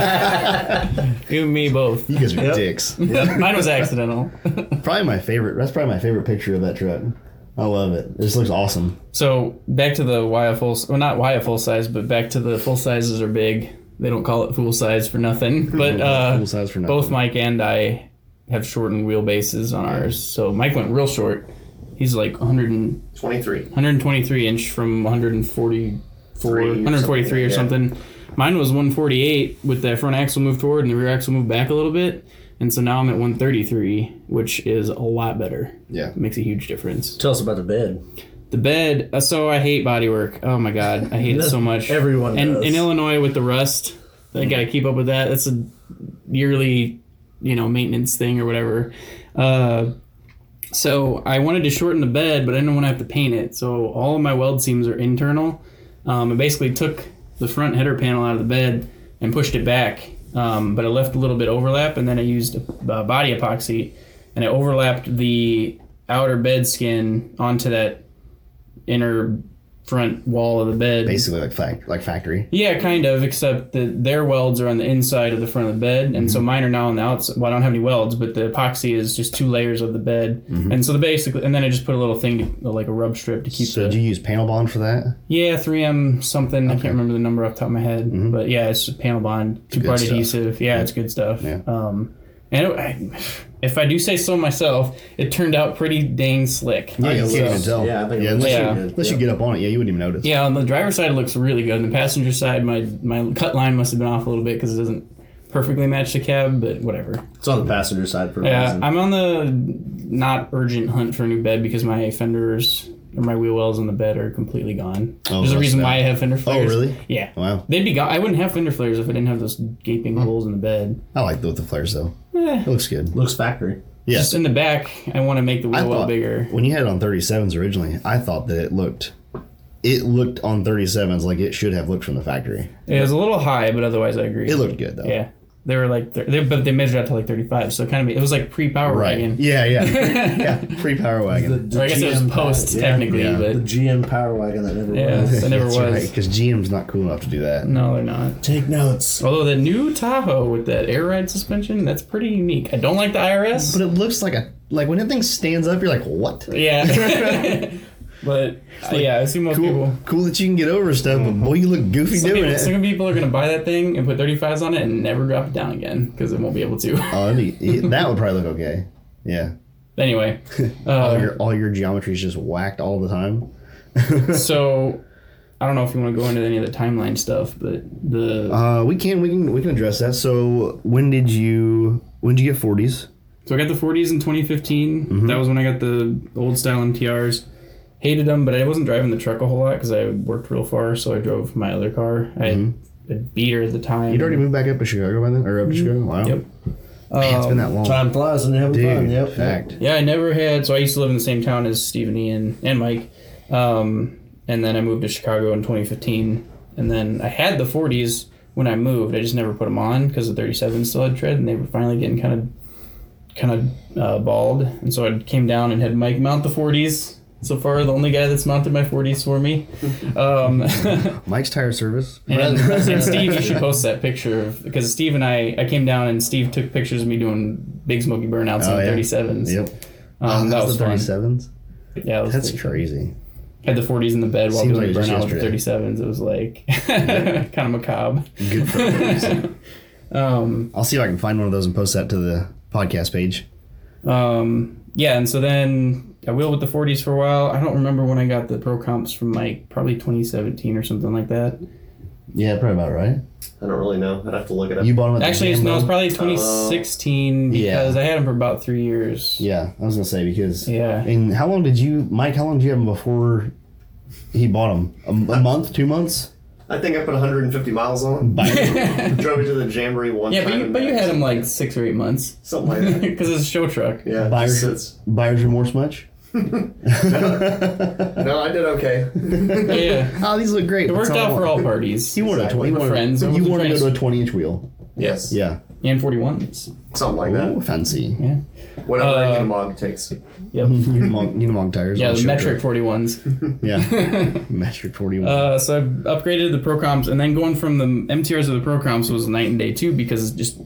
You and me both.
You guys are dicks.
Mine was accidental.
Probably my favorite. That's probably my favorite picture of that truck. I love it. This looks awesome.
So back to the why a full, well not why a full size, but back to the full sizes are big. They don't call it full size for nothing. But uh,
Full size for nothing.
both Mike and I have shortened wheelbases on ours. So Mike went real short. He's like 100 and,
23.
123 inch from 144,
Three or
143 or
something,
something. Mine was 148 with the front axle moved forward and the rear axle moved back a little bit. And so now I'm at 133, which is a lot better.
Yeah.
Makes a huge difference.
Tell us about the bed.
The bed. uh, So I hate bodywork. Oh my god, I hate it so much.
Everyone
and
does.
in Illinois with the rust, I
Mm-hmm.
gotta keep up with that. That's a yearly, you know, maintenance thing or whatever. Uh, so I wanted to shorten the bed, but I didn't want to have to paint it. So all of my weld seams are internal. Um, I basically took the front header panel out of the bed and pushed it back, um, but I left a little bit overlap, and then I used uh, body epoxy, and I overlapped the outer bed skin onto that inner front wall of the bed.
Basically, like fact, like factory.
Yeah, kind of, except that their welds are on the inside of the front of the bed, and so mine are now on the outside. Well, I don't have any welds, but the epoxy is just two layers of the bed, and so the basically, and then I just put a little thing, to, like a rub strip, to keep
So,
the
do you use panel bond for that?
yeah, 3M something. I can't remember the number off the top of my head, but yeah, it's just panel bond, two part
stuff.
adhesive. Yeah, it's good stuff.
Yeah.
Um, and it, I, if I do say so myself, it turned out pretty dang slick.
Yeah, you
it
can't
looks-
even tell.
yeah, I think it
unless,
looks
you,
pretty
good,
unless you
yeah.
get up on it, yeah, you wouldn't even notice.
Yeah, on the driver's side, it looks really good. On the passenger side, my my cut line must have been off a little bit because it doesn't perfectly match the cab, but whatever.
It's on the passenger side for a
Yeah,
reason.
I'm on the not urgent hunt for a new bed because my fenders or my wheel wells on the bed are completely gone.
Oh,
There's a
that's
reason
bad.
why I have fender flares.
really?
Yeah.
Wow, Hmm.
They'd be gone. I wouldn't have fender flares if I didn't have those gaping holes in the bed.
I like the, with the flares though.
Eh,
It looks good.
Looks factory.
Just
Yes,
in the back, I want to make the
I
wheel well
thought
bigger.
when you had it on 37s originally, I thought that it looked, it looked on 37s like it should have looked from the factory.
It was a little high, but otherwise I agree.
It looked good though.
yeah. They were like, thir- they, but they measured out to like 35, so it kind of it was like pre-power
Right.
wagon.
Yeah, yeah, yeah. Free power wagon.
Or I guess it was post technically,
yeah.
but
The GM power wagon that never
yeah,
was.
it never was.
because GM's not cool enough to do that.
No, they're not.
Take notes.
Although the new Tahoe with that air ride suspension, that's pretty unique. I don't like the
But
IRS.
it looks like a like when that thing stands up, you're like, what?
Yeah. but uh, yeah, I see most
Cool,
people.
cool that you can get over stuff, but boy, you look goofy
Some
doing
people,
it.
some people are gonna buy that thing and put 35s on it and never drop it down again because they won't be able to.
Oh, that'd be- that would probably look okay. Yeah.
anyway,
all
uh,
your all your geometry is just whacked all the time.
so I don't know if you want to go into any of the timeline stuff, but the
Uh, we can we can we can address that. So when did you when did you get forties?
So I got the 40s in 2015. That was when I got the old style MTRs. Hated them, but I wasn't driving the truck a whole lot because I worked real far, so I drove my other car. I had a beater at the time.
You'd already moved back up to Chicago by then, or up to Chicago. Wow,
Mm-hmm. Yep. Um,
Man, it's been that long,
Time flies and you're having
dude.
fun. Yep.
Fact.
Yeah, I never had. So I used to live in the same town as Steve and Ian and Mike. Um, and then I moved to Chicago in 2015. And then I had the 40s when I moved. I just never put them on because the 37s still had tread, and they were finally getting kind of, kind of uh, bald. And so I came down and had Mike mount the 40s. So far, the only guy that's mounted my 40s for me. Um,
Mike's tire service.
And, and Steve, you should post that picture of, because Steve and I, I came down and Steve took pictures of me doing big smoky burnouts
Oh,
on
yeah.
37s.
Yep.
Um, that
That's
was
the
fun.
37s.
Yeah, it was
That's
pretty-
crazy.
Had the 40s in the bed while
Seems
doing
like it was
burnout with the
yesterday.
37s. It was like kind of macabre.
Good for them.
Um,
I'll see if I can find one of those and post that to the podcast page.
um, yeah, and so then I wheeled with the 40s for a while. I don't remember when I got the pro comps from Mike, probably 2017 or something like that.
Yeah, probably about right.
I don't really know. I'd have to look it up.
You bought them at the
Actually, it's,
Jambo?
no, it's probably 2016 because I had them for about three years.
Uh, Yeah, I was gonna say because.
Yeah.
And how long did you, Mike? How long did you have them before he bought them? A, a month, two months?
I think I put 150 miles on
Bite.
it. Drove it to the jamboree one
Yeah,
time.
but you,
and
but you
back.
had them like six or eight months
something like that.
because it's a show truck.
Yeah, it just
buyer's
sits.
buyer's remorse much?
No, I did okay.
Yeah.
Oh, these look great.
It worked out for all parties.
You want a
Exactly.
twenty? You
We're
want,
friends.
You
We're
want to go
friends.
to a twenty inch wheel?
yes.
Yeah.
and 41s.
Something like
Ooh,
that.
fancy.
Yeah.
Whatever
Uh,
Unimog takes.
Mm-hmm.
Yep.
Unimog tires.
Yeah,
on
the
show
metric
truck.
41s.
Yeah. metric forty one.
Uh, so I upgraded the Procoms, and then going from the MTRs to the Procoms was night and day too because it's just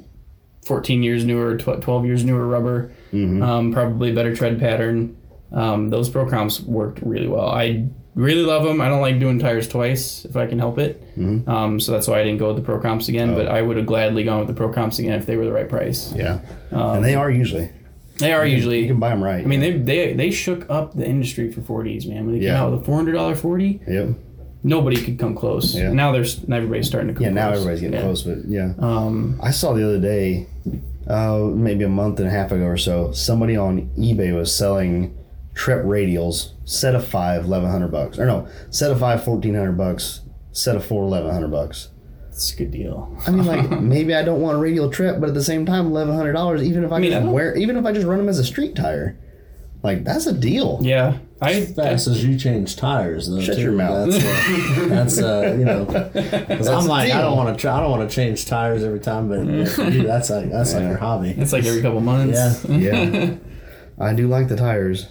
14 years newer, tw- 12 years newer rubber,
Mm-hmm.
um, probably better tread pattern. Um, those Procoms worked really well. I really love them. I don't like doing tires twice if I can help it.
Mm-hmm.
Um, so that's why I didn't go with the Procoms again,
Oh.
but I would have gladly gone with the Procoms again if they were the right price.
yeah. and they are usually.
They are usually
You can buy them right.
um, I mean, they, they they shook up the industry for 40s, man. When they came
Yeah.
out with a $400 40,
Yep.
nobody could come close.
Yeah.
Now there's now everybody's starting to come
Yeah.
close.
Now everybody's getting
Yeah.
close, but yeah.
Um,
I saw the other day, uh, maybe a month and a half ago or so, somebody on eBay was selling Trep radials, set of five, 1100 bucks. Or no, set of five, 1400 bucks, set of four, 1100 bucks.
it's a good deal.
I mean, like, maybe I don't want a radial trip, but at the same time, $1,100, even if I,
mean, I
just
don't-
wear, even if I just run them as a street tire, like, that's a deal.
Yeah. I,
Fast as you change tires, though.
Shut
too.
your mouth.
That's, uh, that's uh, you know, 'cause I'm like, I don't want to, I don't want to change tires every time, but yeah, for you, that's like, that's like your hobby.
it's like every couple months. Yeah.
Yeah. I do like the tires.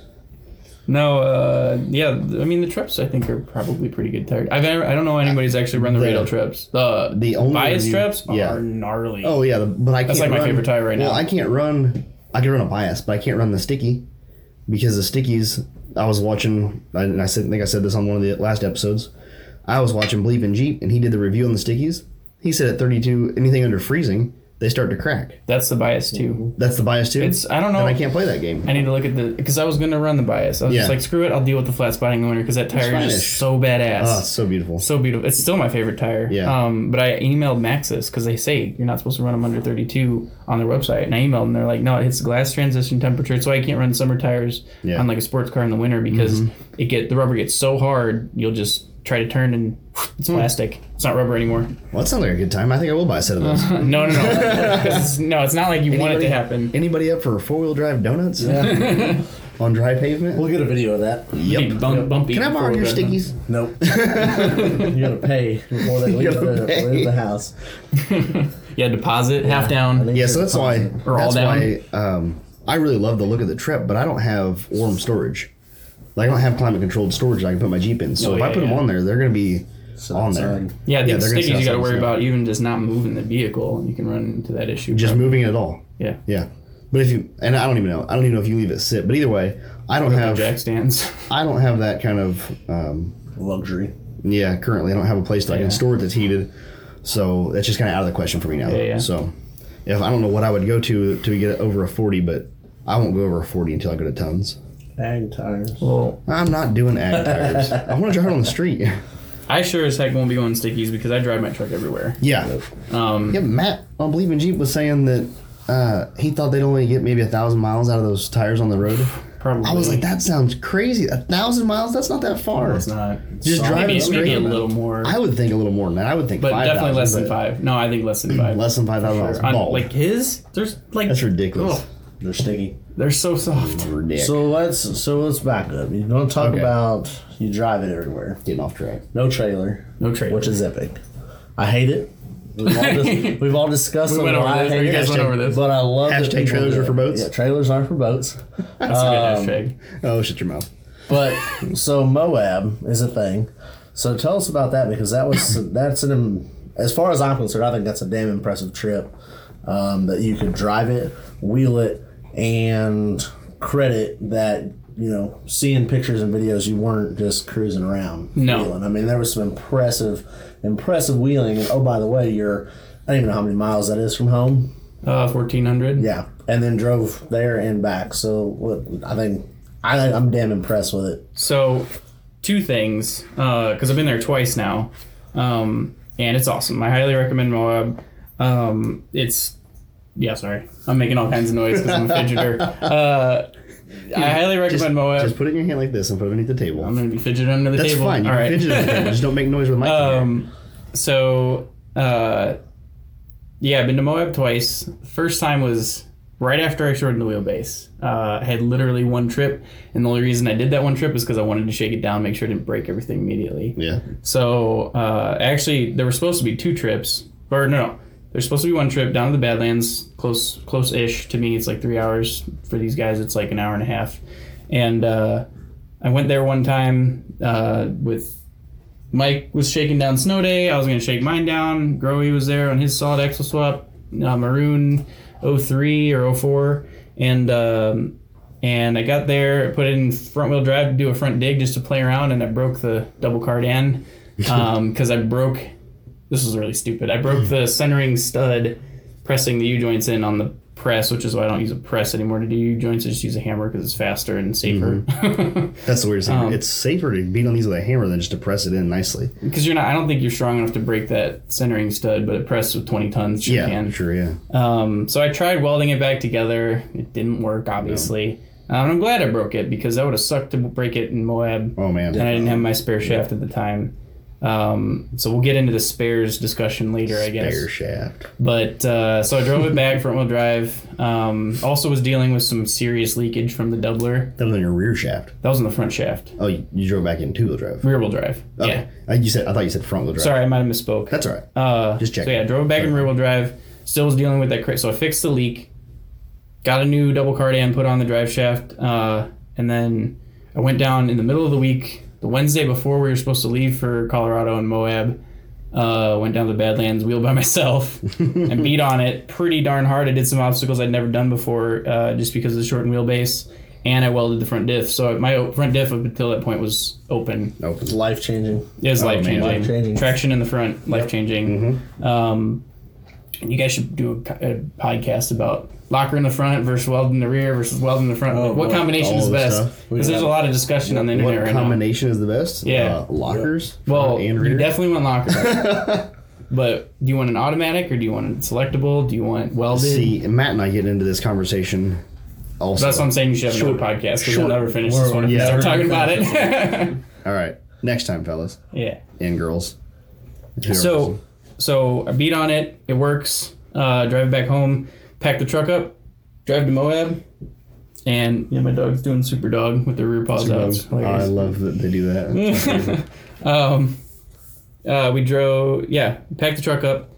No, uh, yeah. I mean, the trips I think are probably pretty good tires. I've never, I don't know anybody's actually run the
Uh, The-
radial trips. The
the only
bias
review-
trips
yeah.
are gnarly.
Oh, yeah, the, but I can't
That's like my
run-
favorite tire right
well,
now.
I can't run. I can run a bias, but I can't run the sticky because the stickies. I was watching, I- and I said, I think I said this on one of the last episodes. I was watching Bleep and Jeep, and he did the review on the stickies. He said at 32, anything under freezing, they start to crack.
That's the bias too.
That's the bias too.
It's I don't know.
Mm-hmm. and I can't play that game.
I need to look at the because I was gonna run the bias. I was just
Yeah.
like, screw it, I'll deal with the flat spotting in the winter because that tire is
Spanish.
just so badass.
Oh, it's so beautiful.
So beautiful. It's still my favorite tire.
Yeah.
Um, but I emailed Maxis because they say you're not supposed to run them under 32 on their website, and I emailed and they're like, no, it hits glass transition temperature, so I can't run summer tires
Yeah. Mm-hmm.
on like a sports car in the winter because it get the rubber gets so hard, you'll just try to turn and it's
Hmm.
plastic. It's not rubber anymore.
Well, that sounds like a good time. I think I will buy a set
Uh,
of those.
No, no, no. 'Cause it's- no, it's not like you want it
Anybody-
to happen.
Anybody up for four wheel drive donuts? on dry pavement?
We'll get a video of that.
It'd be bump, bumpy.
Can I borrow your
before the-
stickies?
Nope. you gotta pay before they leave,
gotta
the,
pay.
leave the house.
Yeah, deposit half
I
down.
think
Yeah, so
you're
that's why.
fine.
Or all
that's
down.
why um, I really love the look of the trip, but I don't have warm storage. Like I don't have climate controlled storage. that I can put my Jeep in. So
Oh,
if I
yeah,
put them
yeah.
on there, they're gonna be
So
on
it's,
there.
um,
Yeah, I think
they're gonna
stickies you
sell
got to worry
some stuff.
about even just not moving the vehicle, and you can run into that issue.
Just
But-
moving it all.
yeah,
Yeah, but if you and I don't even know. I don't even know if you leave it sit. But either way, I don't have.
jack stands.
I don't have that kind of. Um,
Luxury.
yeah, currently I don't have a place that I
Yeah.
can store it that's heated. So that's just kind of out of the question for me now.
Yeah, yeah.
So if I don't know what I would go to to get it over a forty, but I won't go over a forty until I go to tons.
Ag tires.
Well,
I'm not doing ag tires. I want to drive it on the street.
I sure as heck won't be going stickies because I drive my truck everywhere.
Yeah.
Um,
Yeah, Matt on Believing Jeep was saying that uh, he thought they'd only get maybe a thousand miles out of those tires on the road.
probably.
I was like, that sounds crazy. A thousand miles? That's not that far.
It's not.
Just
Maybe-
drive
Maybe,
it
it's
straight.
maybe a little more,
I would think a little more than that. I would think
but
five
definitely less
thousand,
than
but
five. No, I think less than five.
Less than five thousand miles.
On,
Bald.
like his, there's like
That's ridiculous.
Oh,
They're sticky.
they're so soft.
Ridiculous.
So let's so let's back up. You don't talk
Okay.
about you drive it everywhere.
Getting off track.
No trailer,
No trade.
which is epic. I hate it. We've all, dis- we've all discussed
we
them,
went
but
over
I
this.
hate
You
it.
guys went over this.
But I love that
Hashtag
people
trailers
do
are for
it.
boats.
Yeah, trailers are for boats.
That's a good hashtag.
Oh, shut your mouth.
But so Moab is a thing. So tell us about that because that was that's an im- as far as I'm concerned, I think that's a damn impressive trip um, that you could drive it, wheel it, and credit that you know seeing pictures and videos you weren't just cruising around.
No.
wheeling. I mean there was some impressive, impressive wheeling. And oh by the way, you're I don't even know how many miles that is from home.
Uh, fourteen hundred.
Yeah, and then drove there and back. So what I think I, I'm damn impressed with it.
uh, So, two things, because I've been there twice now. Um, and it's awesome. I highly recommend Moab. Um, it's yeah, sorry, I'm making all kinds of noise because I'm a fidgeter. Uh, I highly recommend
Just,
Moab.
just put it in your hand like this and put it underneath the table.
I'm gonna be fidgeting under the
That's
Uh, table.
fine. You
all
can
right.
fidget on the table. Just don't make noise with my
Um, so, uh, yeah, I've been to Moab twice. First time was right after I shortened the wheelbase. Uh, I had literally one trip, and the only reason I did that one trip is because I wanted to shake it down, make sure it didn't break everything immediately.
Yeah.
So, uh, actually, there were supposed to be two trips, or no, no. There's supposed to be one trip down to the Badlands, close, close-ish to me. It's like three hours for these guys. It's like an hour and a half, and uh, I went there one time uh, with Mike was shaking down Snow Day. I was going to shake mine down. Growy was there on his solid axle swap, uh, maroon 03 or 04. And um, and I got there, put it in front wheel drive to do a front dig just to play around, and I broke the double card end because I broke. This was really stupid. I broke the centering stud pressing the U joints in on the press, which is why I don't use a press anymore to do U joints. I just use a hammer because it's faster and safer.
That's the weirdest thing.
um,
it's safer to beat on these with a hammer than just to press it in nicely.
because you're not. I don't think you're strong enough to break that centering stud, but a press with 20 tons, you
Yeah,
can.
sure, yeah.
Um, so I tried welding it back together. It didn't work, obviously. Um, I'm glad I broke it because that would have sucked to break it in Moab,
Oh man.
and I didn't have my spare shaft at the time. Um, so we'll get into the spares discussion later, I guess.
Bear shaft.
But uh, so I drove it back front wheel drive. Um, also was dealing with some serious leakage from the doubler.
That was on your rear shaft.
That was in the front shaft,
Oh, you, you drove back in two wheel drive.
rear wheel drive.
Okay.
Yeah.
Uh, You said I thought you said front wheel drive.
Sorry, I might have misspoke.
That's all right.
Uh,
Just checking.
So yeah, drove back in rear wheel drive. Still was dealing with that. Cra- so I fixed the leak, got a new double cardan put on the drive shaft, uh, and then I went down in the middle of the week, the Wednesday before we were supposed to leave for Colorado and Moab. Uh, went down the Badlands wheel by myself and beat on it pretty darn hard. I did some obstacles I'd never done before, uh, just because of the shortened wheelbase, and I welded the front diff. So my o- front diff up until that point was open.
Open.
It's life changing.
It was life
Oh, man. Mm-hmm.
changing.
Life-changing.
Traction in the front, life changing. Um, and you guys should do a, co- a podcast about locker in the front versus weld in the rear versus weld in the front. Like, what
Oh, boy.
combination
All
is
the
best?
stuff.
Because there's a lot of discussion on the internet
What
right
combination is the best?
Yeah.
Uh, lockers.
now. Well,
front and
you
rear.
definitely want locker. but do you want an automatic or do you want a selectable? Do you want welded?
See, Matt and I get into this conversation. Also,
That's what I'm saying. You should have
Short-
another podcast because
short-
we'll never finish this
we're-
one if
yeah,
we
we're
start talking
gonna
about it.
all right. Next time, fellas
yeah.
and girls.
So, so I beat on it. It works. Uh, drive back home. Pack the truck up. Drive to Moab. And yeah, my dog's doing super dog with the rear paws out. It's
I
hilarious.
love that they do that.
Um, uh, we drove. Yeah, packed the truck up.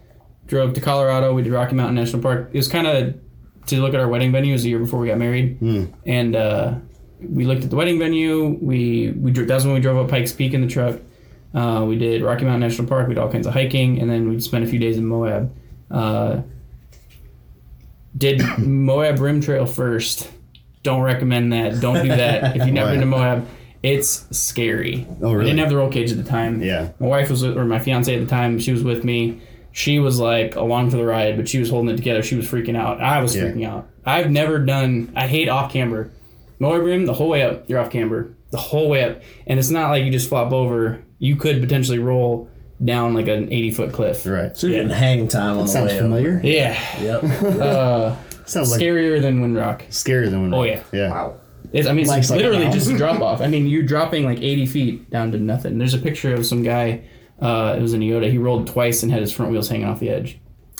Drove to Colorado. We did Rocky Mountain National Park. It was kind of to look at our wedding venue. It was a year before we got married,
Hmm.
and uh, we looked at the wedding venue. We we dro- that's when we drove up Pikes Peak in the truck. Uh, we did Rocky Mountain National Park. We did all kinds of hiking, and then we spent a few days in Moab. Uh, did Moab Rim Trail first. Don't recommend that. Don't do that. If you've never
Why?
been to Moab, it's scary.
Oh, really?
I didn't have the roll cage at the time.
Yeah.
My wife was, with, or my fiance at the time, she was with me. She was like along for the ride, but she was holding it together. She was freaking out. I was
Yeah.
freaking out. I've never done, I hate off camber. Mower broom, the whole way up, you're off camber. The whole way up. And it's not like you just flop over. You could potentially roll down like an 80 foot cliff.
right.
So you're getting hang time on the
Sounds
way
familiar.
Yeah.
up. Yep.
Sounds like
Scarier than Windrock.
scarier than when.
Oh, yeah.
Yeah.
Wow.
It's, I mean,
Mike's
it's
like,
literally
"Ow."
just a drop off. I mean, you're dropping like 80 feet down to nothing. There's a picture of some guy. Uh, it was in Yoda. He rolled twice and had his front wheels hanging off the edge.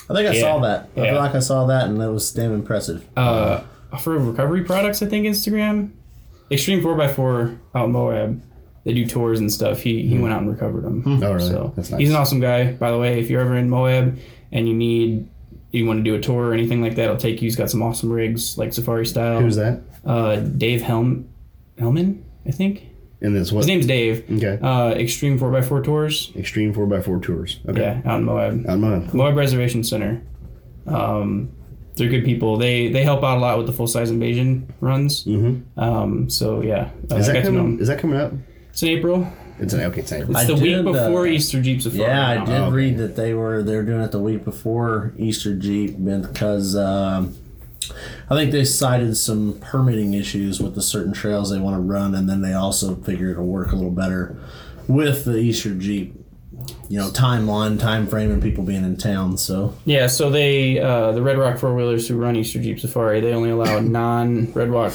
I think I
Yeah.
saw that. I
Yeah.
feel like I saw that, and that was damn impressive.
Uh, for recovery products, I think Instagram, Extreme 4x4 out in Moab. They do tours and stuff. He he went out and recovered them.
Hmm. Oh, really?
So
That's nice.
he's an awesome guy. By the way, if you're ever in Moab and you need you want to do a tour or anything like that, I'll take you. He's got some awesome rigs like Safari style.
Who's that?
Uh, Dave Helm, Hellman, I think.
And this what? Hmm.
His name's Dave.
Okay.
Uh, Extreme 4x4 Tours.
Extreme four x four tours. Okay.
Yeah, out in Moab.
I'm on.
Moab Reservation Center. Um, they're good people. They they help out a lot with the full size invasion runs. Mm-hmm. Um, so yeah, uh,
Is
I
that
got to know
coming?
'em.
Is that coming up?
It's in April.
It's an okay. It's an April.
It's the
I
week
did,
before
uh,
Easter Jeep Safari.
Yeah, I
Um,
did
okay.
read that they were they were doing it the week before Easter Jeep because um, I think they cited some permitting issues with the certain trails they want to run, and then they also figure it'll work a little better with the Easter Jeep you know timeline, time frame, and people being in town. So
Yeah, so they uh, the Red Rock four wheelers who run Easter Jeep Safari they only allow non Red Rock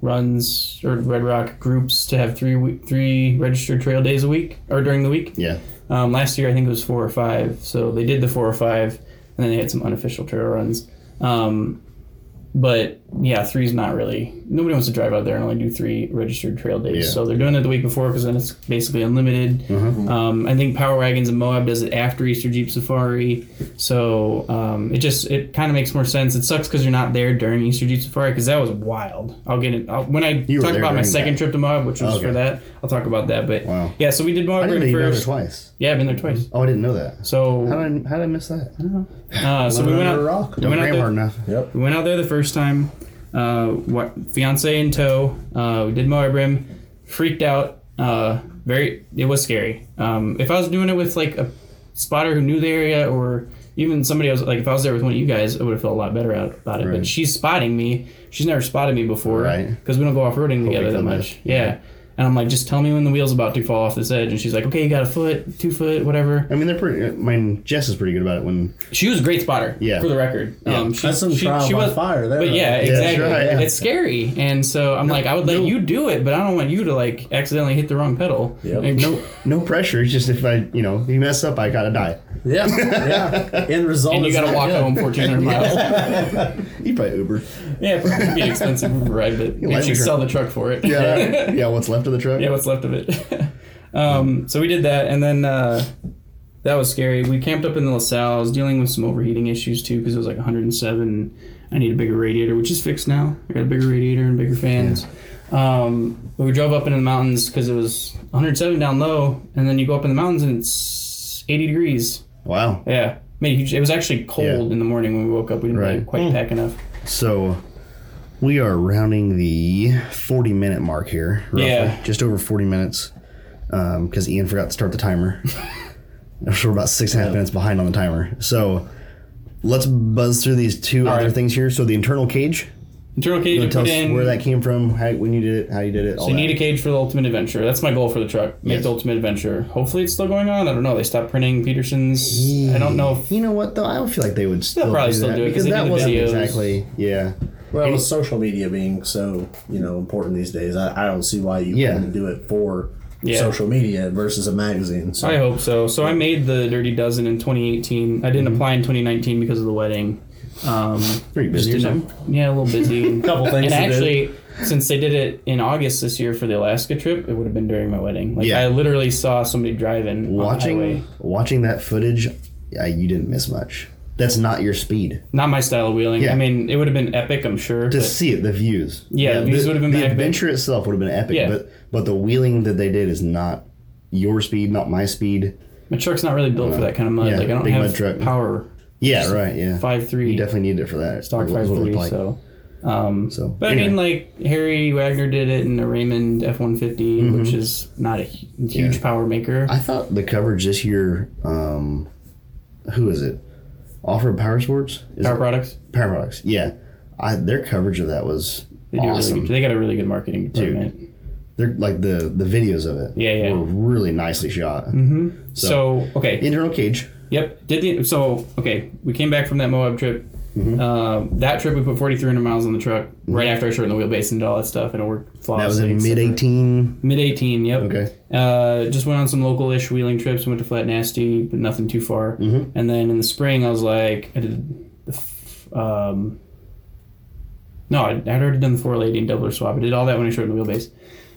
runs or Red Rock groups to have three we- three registered trail days a week or during the week.
Yeah.
Um, last year I think it was four or five, so they did the four or five, and then they had some unofficial trail runs. Um, but yeah, three's not really nobody wants to drive out there and only do three registered trail days.
Yeah. Mm-hmm.
So they're doing it the week before because then it's basically unlimited. Um, I think Power Wagons and Moab does it after Easter Jeep Safari, so um, it just it kind of makes more sense. It sucks because you're not there during Easter Jeep Safari because that was wild. I'll get it I'll, when I
You were
talk
there
about my
during
second
that.
trip to Moab, which was
Okay.
for that. I'll talk about that. But
Wow.
yeah, so we did Moab
I didn't
Ring
even know
first.
it twice.
Yeah, I've been there twice.
Oh, I didn't know that. How
So,
did I, how did I miss that?
uh, so we
Living
went
under
out.
a rock.
We
Don't
went out,
cram hard
there,
enough.
Yep.
we went out there the first time. Uh, what fiance in tow. Uh, we did Moab Rim. Freaked out. Uh, very. It was scary. Um, if I was doing it with like a spotter who knew the area, or even somebody else, like if I was there with one of you guys, I would have felt a lot better out about it.
Right.
But she's spotting me. She's never spotted me before
Right.
because we don't go off roading together that
come
much. Yeah. And I'm like, just tell me when the wheel's about to fall off this edge. And she's like, okay, you got a foot, two foot, whatever.
I mean, they're pretty. I mean, Jess is pretty good about it when
She was a great spotter.
Yeah.
For the record. Um, she,
That's some
she,
trial
she
by
was
fire there,
But
though.
yeah,
that's
Yeah,
exactly.
right, yeah.
It's scary, and so I'm like, I would let you do it, but I don't want you to like accidentally hit the wrong pedal.
Yep.
And-
no no pressure. It's just if I you know if you mess up, I gotta die.
Yeah, yeah. End result.
And you
is
got to
not
walk
good.
home 1,400 miles.
You probably Uber.
yeah, it would be an expensive ride, but
life
if you
insurance.
sell the truck for it.
Yeah, yeah. What's left of the truck?
yeah, what's left of it. um, so we did that, and then uh, that was scary. We camped up in the LaSalle. I was dealing with some overheating issues too because it was like 107. I need a bigger radiator, which is fixed now. I got a bigger radiator and bigger fans. Um, but we drove up into the mountains because it was 107 down low, and then you go up in the mountains and it's 80 degrees.
Wow.
Yeah. Made a huge, it was actually cold
Yeah.
in the morning when we woke up. We didn't
Right.
quite pack enough.
So we are rounding the 40 minute mark here. Roughly.
Yeah.
Just over 40 minutes. Because Ian forgot to start the timer. so we're about six and a half minutes behind on the timer. So let's buzz through these two other
right.
things here. So the internal cage.
Internal cage.
Tell
put
us
in,
where that came from, how, when you did it, how you did it. all
So you
that.
need a cage for the Ultimate Adventure. That's my goal for the truck. Make
Yes.
the Ultimate Adventure. Hopefully it's still going on. I don't know. They stopped printing Peterson's. I don't know. If,
You know what though? I would feel like they would still
probably
do
still
that
do it
because
'cause they do
that
the
wasn't
videos.
exactly yeah.
Well, with social media being so you know important these days, I, I don't see why you
Yeah.
couldn't do it for
Yeah. Oh,
social media versus a magazine. So
I hope so. So I made the Dirty Dozen in 2018. I didn't
Mm-hmm.
apply in 2019 because of the wedding. Um,
Pretty busy or
just didn't-
something.
yeah, a little busy.
couple
and
things. to do.
actually, since they did it in August this year for the Alaska trip, it would have been during my wedding. Like
Yeah.
I literally saw somebody driving on the highway.
Watching watching that footage, yeah, you didn't miss much. That's not your speed.
Not my style of wheeling.
Yeah.
I mean, it would have been epic. I'm sure.
to
but-
see it, the views.
Yeah, the views would've been
the
epic.
adventure itself would have been epic.
Yeah.
But but the wheeling that they did is not your speed, not my speed.
my truck's not really built for that kind of mud.
Yeah,
like I don't
big mud
have
truck.
power.
Yeah, right. Yeah,
Five three.
you definitely need it for that.
stock
That's what it
five
looked
three.
like.
So, um,
So,
but I mean, like Harry Wagner did it in the Raymond F one fifty, which is not a hu- huge
Mm-hmm. Yeah.
power maker.
I thought the coverage this year. Um, who is it? Offer Power Sports. Is
power
it-
products.
Power Products. Yeah, I, their coverage of that was
They do a really
awesome.
good, They got a really good marketing department.
They're like the the videos of it.
Yeah, Mm-hmm. yeah.
Were really nicely shot.
So, okay,
Internal cage.
yep. Did the so okay? We came back from that Moab trip.
Mm-hmm.
Uh, that trip we put forty three hundred miles on the truck right after I shortened the wheelbase and did all that stuff, and it worked flawlessly.
That was in mid eighteen.
Mid 18, yep.
Okay.
Uh, just went on some local ish wheeling trips. Went to Flat Nasty, but nothing too far.
Mm-hmm.
And then in the spring, I was like, I did the. f- Um, no, I'd, I'd already done the 480 and doubler swap. I did all that when I shortened the wheelbase.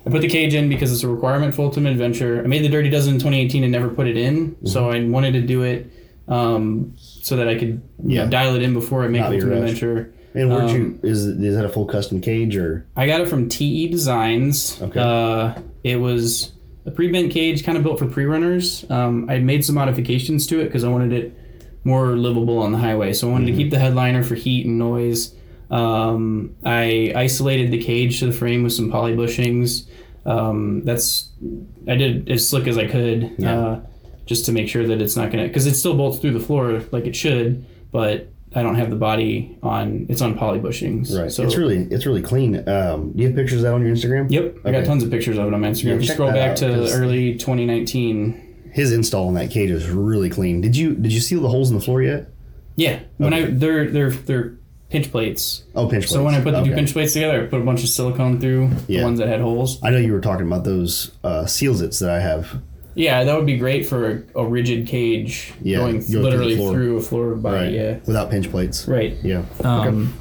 I put the cage in because it's a requirement for Ultimate Adventure. I made the Dirty Dozen in 2018 and never put it in, so
Mm-hmm.
I wanted to do it um, so that I could you know,
Yeah.
dial it in before I make
Not be
Ultimate
rushed.
Adventure.
And where'd
Um,
you is is that a full custom cage or
I got it from TE Designs.
Okay.
Uh, it was a pre-bent cage, kind of built for pre-runners. Um, I made some modifications to it because I wanted it more livable on the highway. So I
Mm-hmm.
wanted to keep the headliner for heat and noise. Um, I isolated the cage to the frame with some poly bushings. Um, that's I did as slick as I could, uh, just to make sure that it's not gonna because it still bolts through the floor like it should, but I don't have the body on. It's on poly bushings.
So
So
it's really it's really clean. Um, do you have pictures of that on your Instagram?
Yep, I got
Okay.
tons of pictures of it on my Instagram.
Yeah,
Just
check
scroll
that
back
out,
to
'cause-
early 2019.
his install on that cage is really clean. Did you did you seal the holes in the floor yet?
Yeah, when I they're they're they're pinch plates.
Oh, pinch plates.
So when I put the two
Okay.
pinch plates together, I put a bunch of silicone through
Yeah.
the ones that had holes.
I know you were talking about those uh, seals its that I have.
Yeah, that would be great for a, a rigid cage
Yeah,
going
go through the
literally
floor.
through a floor of body. Yeah,
Without pinch plates.
right.
Yeah.
Um,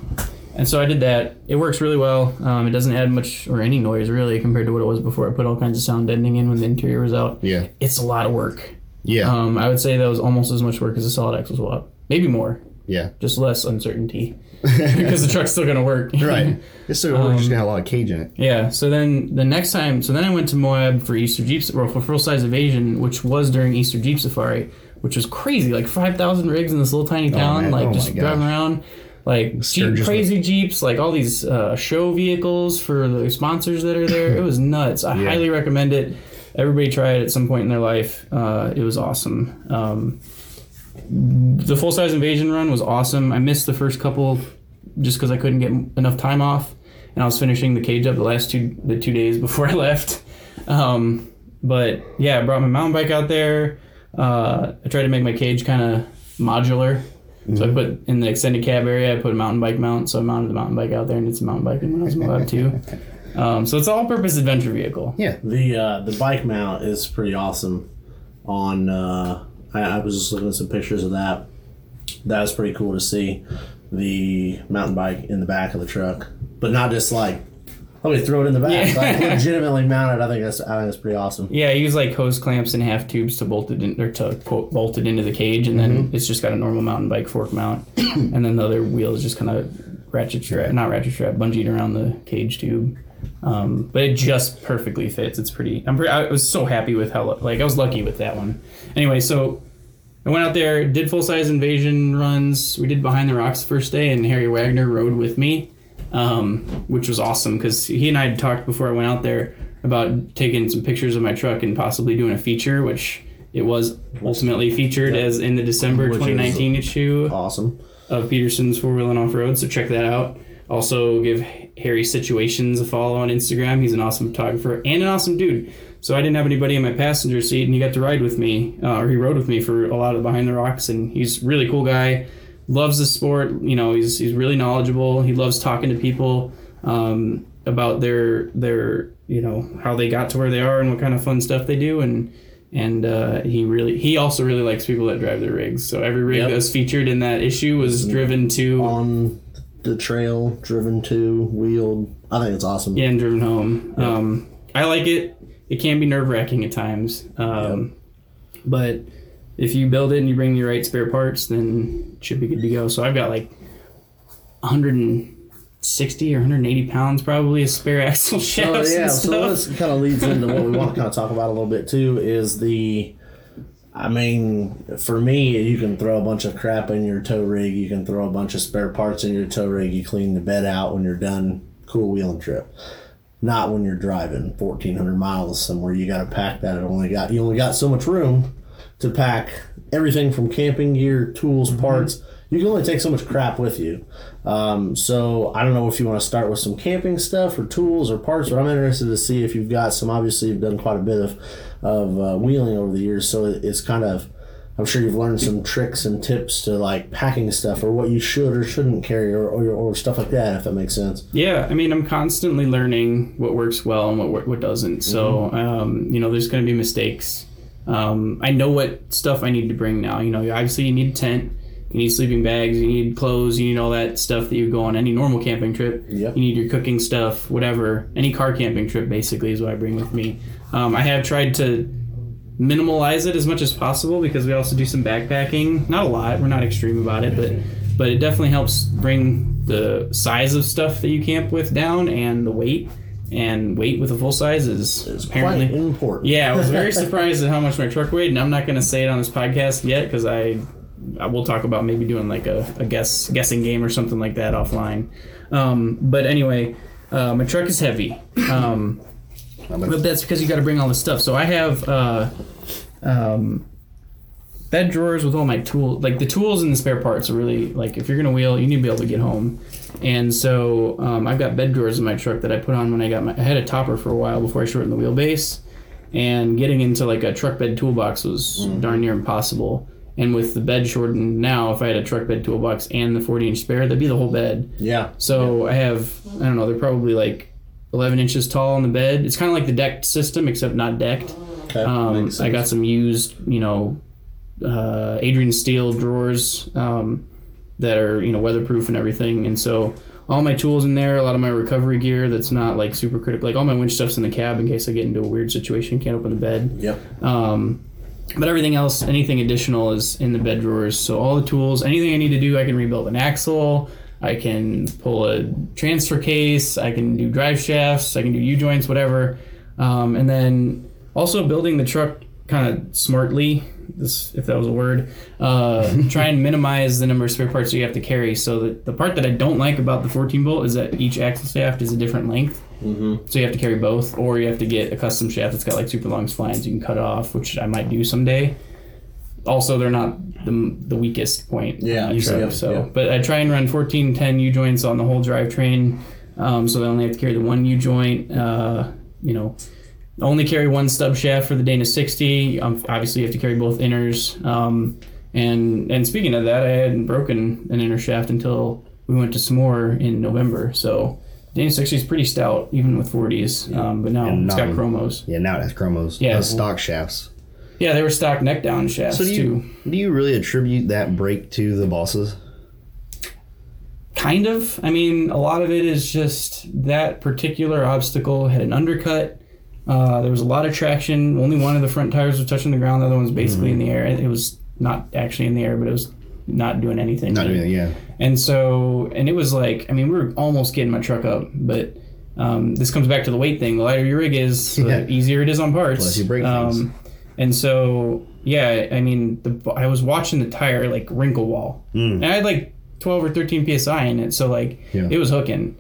And so I did that. It works really well. Um, it doesn't add much or any noise really compared to what it was before. I put all kinds of sound deadening in when the interior was out.
Yeah.
It's a lot of work.
Yeah.
Um, I would say that was almost as much work as a solid axle swap, maybe more,
yeah.
just less uncertainty because the truck's still gonna work.
Right. It's still we're
Um,
just gonna have a lot of cage in it.
Yeah. So then the next time, so then I went to Moab for Easter Jeep, well, for full size evasion, which was during Easter Jeep Safari, which was crazy. Like five thousand rigs in this little tiny town,
man.
like
Oh, my
just
gosh.
driving around, like
Sturgis
Jeep,
was-
crazy Jeeps, like all these uh, show vehicles for the sponsors that are there. it was nuts. I highly recommend it. Everybody try it at some point in their life. Uh, it was awesome. Um, the full size invasion run was awesome. I missed the first couple just because I couldn't get m- enough time off, and I was finishing the cage up the last two the two days before I left. Um, but yeah, I brought my mountain bike out there. Uh, I tried to make my cage kind of modular, so I put in the extended cab area. I put a mountain bike mount, so I mounted the mountain bike out there and did some mountain biking when I was in Moab too. Um, so it's an all-purpose adventure vehicle.
Yeah.
The uh, the bike mount is pretty awesome. On uh, I, I was just looking at some pictures of that. That was pretty cool to see the mountain bike in the back of the truck, but not just like let me throw it in the back.
Yeah.
Like legitimately mounted. I think that's I think that's pretty awesome.
Yeah, I use like hose clamps and half tubes to bolt it in, or to quote, bolt it into the cage, and then it's just got a normal mountain bike fork mount, and then the other wheel is just kind of ratchet strap, not ratchet strap, bungeed around the cage tube. Um, but it just perfectly fits. It's pretty. I'm pretty. I was so happy with how like I was lucky with that one. Anyway, so I went out there, did full size invasion runs. We did behind the rocks the first day, and Harry Wagner rode with me, um, which was awesome because he and I had talked before I went out there about taking some pictures of my truck and possibly doing a feature, which it was ultimately featured as in the December
Which is
2019 issue
Awesome.
of Peterson's Four Wheel and Off Road. So check that out. Also give Harry Situations a follow on Instagram. He's an awesome photographer and an awesome dude. So I didn't have anybody in my passenger seat, and he got to ride with me, uh, or he rode with me for a lot of behind the rocks. And he's a really cool guy. Loves the sport. You know, he's he's really knowledgeable. He loves talking to people um, about their their you know how they got to where they are and what kind of fun stuff they do and. And uh, he really, he also really likes people that drive their rigs. So every rig
Yep.
that's featured in that issue was driven to
On the trail, driven to, wheeled. I think it's awesome.
yeah, and driven home. Um, I like it. It can be nerve wracking at times, um, but if you build it and you bring the right spare parts, then it should be good to go. So I've got like 160 or 180 pounds probably of spare axle
Oh
shafts.
yeah,
and
so
stuff.
this kind of leads into what we want to kind of talk about a little bit too. Is the, I mean, for me, you can throw a bunch of crap in your tow rig. You can throw a bunch of spare parts in your tow rig. You clean the bed out when you're done. Cool wheeling trip. Not when you're driving 1,400 miles somewhere. You got to pack that. It only got you only got so much room to pack everything from camping gear, tools,
Mm-hmm.
parts. You can only take so much crap with you. Um, so I don't know if you want to start with some camping stuff or tools or parts, but I'm interested to see if you've got some. Obviously, you've done quite a bit of of uh, wheeling over the years, so it- it's kind of. I'm sure you've learned some tricks and tips to like packing stuff or what you should or shouldn't carry or, or, or stuff like that, if that makes sense.
Yeah, I mean, I'm constantly learning what works well and what wor- what doesn't. So, um, you know, there's going to be mistakes. Um, I know what stuff I need to bring now. You know, obviously you need a tent, you need sleeping bags, you need clothes, you need all that stuff that you go on any normal camping trip.
Yep.
You need your cooking stuff, whatever. Any car camping trip basically is what I bring with me. Um, I have tried to minimalize it as much as possible because we also do some backpacking. Not a lot. We're not extreme about it, but but it definitely helps bring the size of stuff that you camp with down and the weight. And weight with a full size is apparently
Quite important.
yeah, I was very surprised at how much my truck weighed, and I'm not going to say it on this podcast yet because I, I will talk about maybe doing like a, a guess guessing game or something like that offline. Um, but anyway, uh, my truck is heavy, um, but that's because you got to bring all this stuff. So I have uh, um, bed drawers with all my tools, like the tools and the spare parts are really like if you're gonna wheel, you need to be able to get home. And so um, I've got bed drawers in my truck that I put on when I got my. I had a topper for a while before I shortened the wheelbase and getting into like a truck bed toolbox was darn near impossible. And with the bed shortened now, if I had a truck bed toolbox and the 40 inch spare, that'd be the whole bed.
Yeah.
So I have, I don't know, they're probably like 11 inches tall on the bed. It's kind of like the decked system, except not decked.
Okay.
Um,
Makes
I
sense.
got some used, you know, uh, Adrian Steel drawers um, that are you know weatherproof and everything, and so all my tools in there, a lot of my recovery gear that's not like super critical, like all my winch stuff's in the cab in case I get into a weird situation, can't open the bed.
Yep.
Um, but everything else, anything additional is in the bed drawers. So all the tools, anything I need to do, I can rebuild an axle. I can pull a transfer case. I can do drive shafts. I can do U joints, whatever. Um, and then also building the truck kind of smartly, this, if that was a word. Uh, try and minimize the number of spare parts that you have to carry. So that the part that I don't like about the 14 bolt is that each axle shaft is a different length. So you have to carry both, or you have to get a custom shaft that's got like super long splines you can cut off, which I might do someday. Also, they're not the, the weakest point.
Yeah,
on each
sure,
row,
yeah,
so,
yeah.
but I try and run 14, 10 U joints on the whole drivetrain, um, so they only have to carry the one U joint. Uh, you know, only carry one stub shaft for the Dana 60. Um, obviously, you have to carry both inners. Um, and and speaking of that, I hadn't broken an inner shaft until we went to S'more in November. So Dana 60 is pretty stout, even with 40s. Um, but now
And
it's got
not-
chromos.
Yeah, now it has chromos.
Yeah.
It has stock shafts.
Yeah, they were stock neck down shafts
So do
too.
you do you really attribute that break to the bosses?
Kind of. I mean, a lot of it is just that particular obstacle had an undercut. Uh, there was a lot of traction. Only one of the front tires was touching the ground. The other one was basically
Mm-hmm.
in the air. It was not actually in the air, but it was not doing anything.
Not doing that, yeah.
And so, and it was like, I mean, we were almost getting my truck up, but um, this comes back to the weight thing. The lighter your rig is, the
Yeah.
easier it is on parts.
Plus you break things.
Um, and so, yeah, I mean, the, I was watching the tire like wrinkle wall, and I had like 12 or 13 psi in it, so like
Hmm. Yeah.
it was hooking.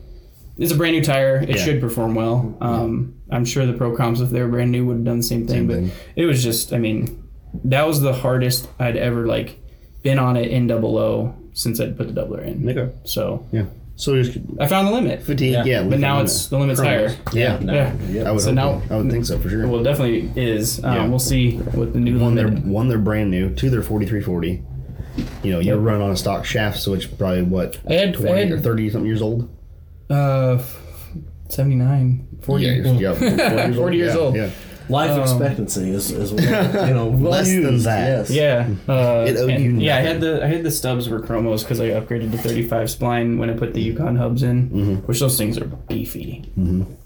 It's a brand new tire. It
Yeah.
should perform well. Um, I'm sure the pro comps, if they were brand new, would have done the same thing.
Same
but
thing.
it was just, I mean, that was the hardest I'd ever like been on it in double O since I'd put the doubler in.
Okay.
So
Yeah. So just
I found the limit,
fatigue, yeah.
Yeah.
leave
but
it
now
on
it's
there.
the limit's higher.
Yeah.
Yeah.
I would
So
hope
now-
I would think so for sure.
Well, it definitely is. Um,
Yeah.
We'll see what the new
one they're
limit.
one they're brand new two they're 4340 you know you
Yep.
run on a stock shaft so it's probably what
I had,
20
I
or
had
30 something years old
uh, f- 79, 40.
yeah, you're- yeah, 40
40 years
yeah,
old.
yeah
Life expectancy is, is what, you know well
Less than
used,
that.
Yes.
Yeah. Uh,
Hmm. It owed
and-
you
yeah, I
nothing.
had the I had the stubs were chromos because I upgraded to 35 spline when I put
Hmm.
the Yukon hubs in,
Mm-hmm.
which those things are beefy.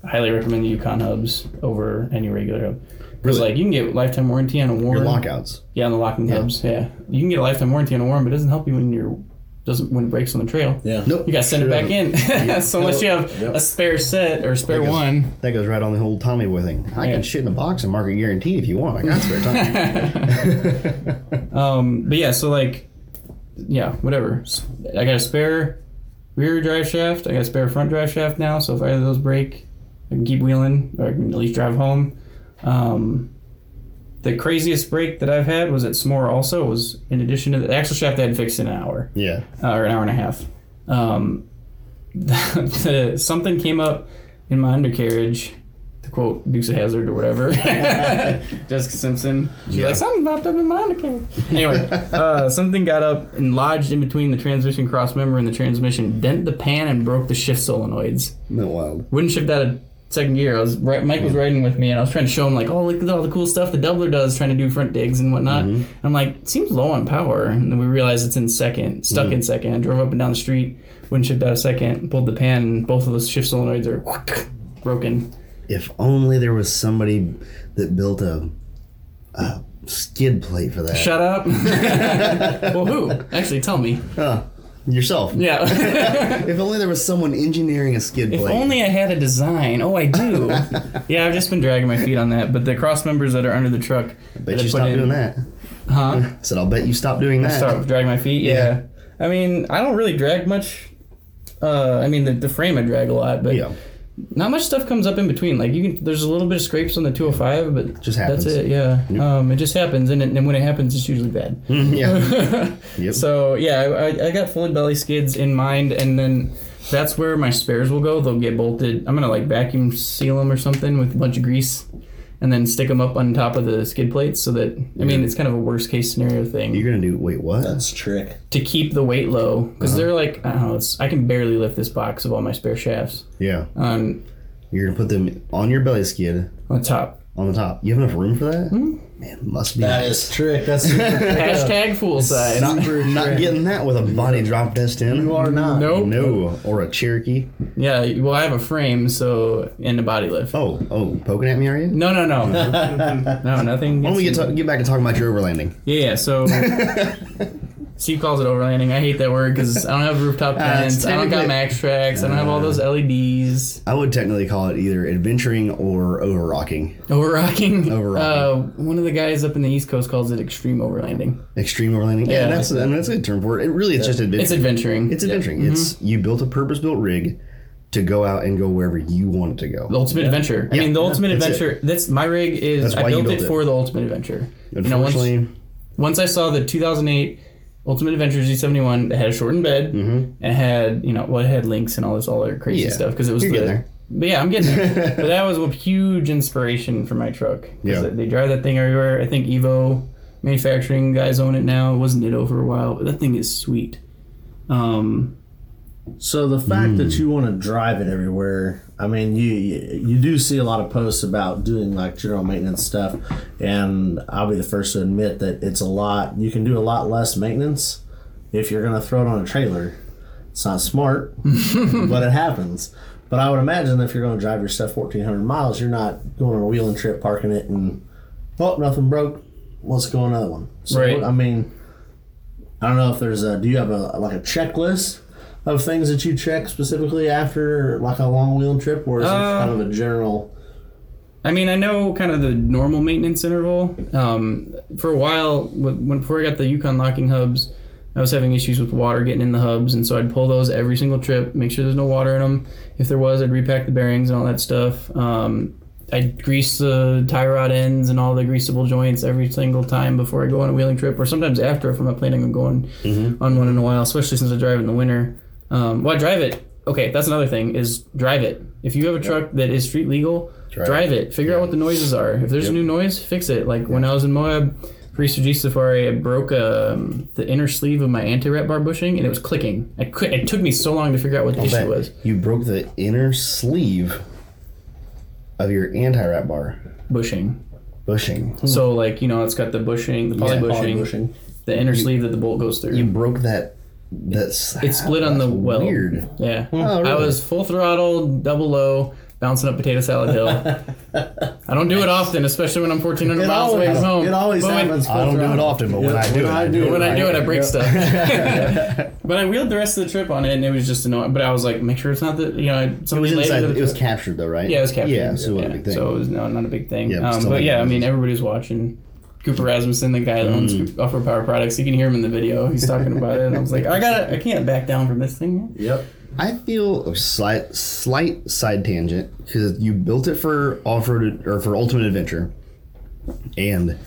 I highly recommend the Yukon hubs over any regular hub. Because
Really?
like you can get lifetime warranty on a warm.
your lockouts
Yeah, on the locking hubs. Yeah, you can get a lifetime warranty on a warm, but it doesn't help you when you're doesn't when it breaks on the trail.
Yeah.
nope
You gotta send it back in. so unless you have
Yep.
a spare set or spare
goes-
one,
that goes right on the whole Tommy boy thing I
Yeah.
can shit in a box and mark a guarantee if you want I got spare time
Um, but yeah, so like, yeah, whatever. S- I got a spare rear drive shaft. I got a spare front drive shaft now. So if either of those break, I can keep wheeling, or I can at least drive home. Um, the craziest break that I've had was at S'more. Also, was in addition to the axle shaft, I had fixed in an hour
yeah
uh, or an hour and a half. Um, the, something came up in my undercarriage, to quote Dukes of Hazard or whatever, Jessica Simpson. She's
Yeah.
like, something popped up in my undercarriage. Anyway, uh, something got up and lodged in between the transmission cross member and the transmission, dent the pan, and broke the shift solenoids.
no wild
Wouldn't shift out of second gear. I was ri- Mike was riding with me, and I was trying to show him like, oh, look at all the cool stuff the doubler does, trying to do front digs and whatnot.
Mm-hmm.
And I'm like, it seems low on power, and then we realized it's in second,
Mm-hmm.
stuck in second. I drove up and down the street, wouldn't shift out of second, pulled the pan, and both of those shift solenoids are broken.
if only there was somebody that built a, a skid plate for that
Shut up. well, who? Actually, tell me.
Huh. yourself
Yeah.
if only there was someone engineering a skid
If
plate
only I had a design. Oh, I do. yeah, I've just been dragging my feet on that. But the cross members that are under the truck, that
bet
I
you
put
stopped
in-
doing that
Huh?
I said I'll bet you stopped doing that
Start drag my feet.
Yeah.
Yeah. I mean, I don't really drag much. Uh, I mean, the, the frame I drag a lot, but
yeah
not much stuff comes up in between. Like you can, there's a little bit of scrapes on the 205, but
Just happens.
that's it. Yeah.
Yep. Hmm.
Um, it just happens, and, it, and when it happens, it's usually bad.
yeah Yep.
So yeah, I, I- I got fully belly skids in mind, and then that's where my spares will go. They'll get bolted. I'm gonna like vacuum seal them or something with a bunch of grease, and and then stick them up on top of the skid plates so that I mean it's kind of a worst case scenario thing
You're gonna do wait what?
That's a trick.
to keep the weight low because they're like I don't know it's I can barely lift this box of all my spare shafts
Yeah,
on
you're gonna put them on your belly skid
on top.
on the top. You have enough room for that?
Hmm?
Man, must be
That is trick. That's you
Hashtag fool side.
not, not getting that with a body drop test in. You
are not.
Nope.
No, or a Cherokee.
Yeah, well, I have a frame, so and a body lift.
Oh, oh, poking at me, are you?
No, no, no, no, nothing.
Why don't we get,
against
to,
you.
get back to talking about your overlanding?
Yeah, yeah. So Steve calls it overlanding. I hate that word because I don't have rooftop
Ah, it's
tents. I don't got
technically- Ah.
max tracks. I don't have all those E LEDs.
I would technically call it either adventuring or overrocking.
Overrocking. Uh,
Overrocking.
one of the guys up in the East Coast calls it extreme overlanding.
Extreme overlanding. Yeah,
Yeah.
that's I mean, that's a good term for it. It really it's just adventuring.
It's adventuring.
It's adventuring. It's
Mm-hmm.
you built a purpose built rig to go out and go wherever you want it to go.
the ultimate adventure. I mean, the ultimate
That's it.
adventure. That's my rig is.
That's why
I
you
built,
built
it,
it.
for the ultimate adventure. You know, once-
Unfortunately,
once I saw the 2008 Ultimate Adventure Z71 that had a shortened bed, it had you know well it had links and all this all that crazy
Mm-hmm. Yeah.
stuff because it was
You're
the,
getting there.
But yeah, I'm getting there. but that was a huge inspiration for my truck. 'Cause
Yeah.
they drive that thing everywhere. I think Evo manufacturing guys own it now. It wasn't Nitto for a while, but that thing is sweet. Um,
So the fact that you want to drive it everywhere, I mean, you you do see a lot of posts about doing like general maintenance stuff, and I'll be the first to admit that it's a lot. You can do a lot less maintenance if you're going to throw it on a trailer. It's not smart, but it happens. But I would imagine if you're going to drive your stuff 1,400 miles, you're not going on a wheeling trip, parking it, and oh, nothing broke. Let's go another one. So,
Right.
I mean, I don't know if there's a. Do you have a like a checklist of things that you check specifically after like a long wheeling trip, or is
Uh,
it kind of a general?
I mean, I know kind of the normal maintenance interval. Um, for a while, when when- before I got the Yukon locking hubs, I was having issues with water getting in the hubs, and so I'd pull those every single trip, make sure there's no water in them. If there was, I'd repack the bearings and all that stuff. Um, I'd grease the tie rod ends and all the greasable joints every single time before I go on a wheeling trip, or sometimes after if I'm not planning on going on one in a while, especially since I drive in the winter. Um, well, I drive it. Okay, that's another thing is drive it. If you have a truck that is street legal, drive, it. Figure out what the noises are. If there's a new noise, fix it. Like when I was in Moab for Easter G Safari, I broke um, the inner sleeve of my anti rat bar bushing and it was clicking. I could, it took me so long to figure out what the issue
that
was.
you broke the inner sleeve of your anti rat bar
Bushing.
bushing.
So, like, you know, it's got the bushing, the poly,
Yeah,
bushing, the inner sleeve that the bolt goes through.
You broke that. That's
It split on the weld.
Weird.
Yeah.
Oh, really?
I was full throttle, double low, bouncing up potato salad hill. I don't do it often, especially when I'm 1,400
It
miles away
always,
from home.
it always
but when-
happens.
I don't do it often, but when I do it, I do
But when I do it, I break
Yep.
stuff. but I wheeled the rest of the trip on it, and it was just annoying. But I was like, make sure it's not the you know I-
It
somebody
was
later.
inside.
that
It was captured though, right?
yeah, it was captured.
Yeah, so it wasn't a
Yeah.
big thing.
So it was no, not a big thing.
Yeah, but
um,
still
but
making
yeah, I mean
noises.
everybody's watching. Cooper Rasmussen, the guy that owns
Mm.
Upper Power Products, you can hear him in the video. He's talking about it, and I was like, I got, to I can't back down from this thing.
Yep.
I feel a slight, slight side tangent because you built it for off road or for ultimate adventure, and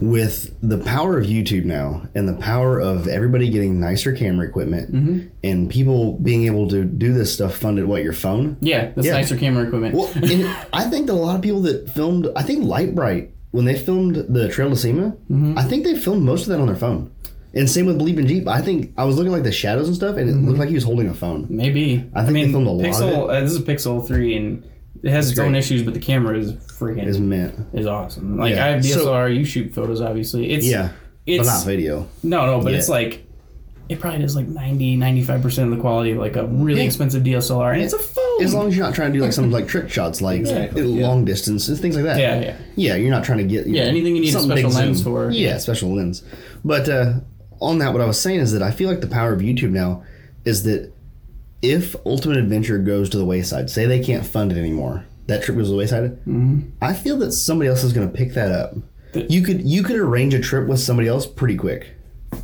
with the power of YouTube now and the power of everybody getting nicer camera equipment and people being able to do this stuff funded what your phone.
Yeah, that's
Yeah.
nicer camera equipment.
Well, and I think that a lot of people that filmed, I think Lightbright when they filmed the Trail to Sema, I think they filmed most of that on their phone. And same with Bleep and Jeep. I think I was looking at, like the shadows and stuff, and it looked like he was holding a phone.
Maybe.
I think they filmed a lot of
Pixel,
it.
Uh, this is Pixel 3, and it has its own issues, but the camera is freaking
Is
is,
meant.
awesome. Like
Yeah.
I have
So-
DSLR, you shoot photos, obviously. It's
Yeah.
it's
but not video.
no, no, but
Yeah.
it's like it probably is like 90, 95 percent of the quality of like a really
Yeah.
expensive DSLR, and it's a phone.
As long as you're not trying to do like some like trick shots, like
Exactly,
uh, long distances, things like that.
Yeah, yeah.
yeah. You're not trying to get you
Yeah, anything you need a
something
special
big
lens
zoom.
for.
Yeah, special lens. But uh, on that, what I was saying is that I feel like the power of YouTube now is that if Ultimate Adventure goes to the wayside, say they can't fund it anymore, that trip goes to the wayside.
Mm-hmm.
I feel that somebody else is going to pick that up. You could you could arrange a trip with somebody else pretty quick.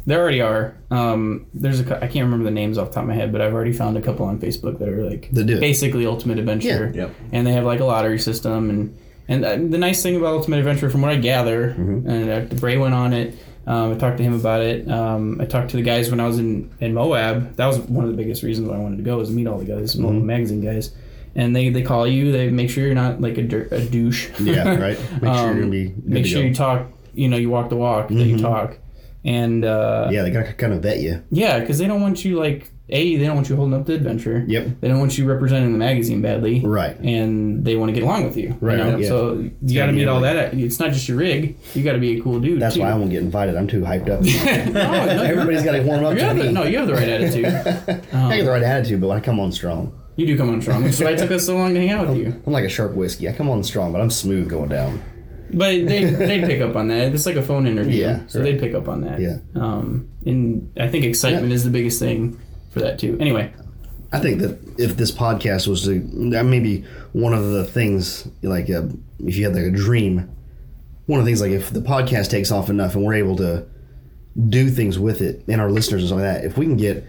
There already are. Um, there's a cou- I can't remember the names off the top of my head, but I've already found a couple on Facebook that are like
That do it.
basically Ultimate Adventure.
Yeah. Yep.
And they have like a lottery system and and uh, the nice thing about Ultimate Adventure, from what I gather,
Mm-hmm.
and uh, Bray went on it. Um, I talked to him about it. Um, I talked to the guys
Mm-hmm.
when I was in, in Moab. That was one of the biggest reasons why I wanted to go was to meet all the guys, all the magazine guys. and they, they call you. They make sure you're not like a, dir- a douche.
Yeah, right. Make sure you're gonna be good
Um, make
to
sure
go. Mm-hmm.
you talk. You know, you walk the walk that you talk, and uh,
yeah, they gotta kind of vet you.
yeah, because they don't want you like a they don't want you holding up the adventure.
Yep.
They don't want you representing the magazine badly.
Right.
And they want to get along with you. you
Right,
know?
yeah.
So you got to
gotta be
meet all that. It's not just your rig. You got to be a cool dude.
That's
too.
why I won't get invited. I'm too hyped up.
No, no, you're-
Everybody's gotta warm up
you
to
have
me.
the, no, you have the right attitude.
I get the right attitude, but when I come on strong,
You do come on strong. That's why it took us so long to hang out with you.
I'm like a sharp whiskey. I come on strong, but I'm smooth going down.
But they they pick up on that. It's like a phone interview.
Yeah,
So
right.
they pick up on that.
Yeah.
Um, and I think excitement is the biggest thing for that too. Anyway,
I think that if this podcast was to, that may be one of the things, like uh, if you had like a dream, one of the things, like if the podcast takes off enough and we're able to do things with it and our listeners and stuff like that, if we can get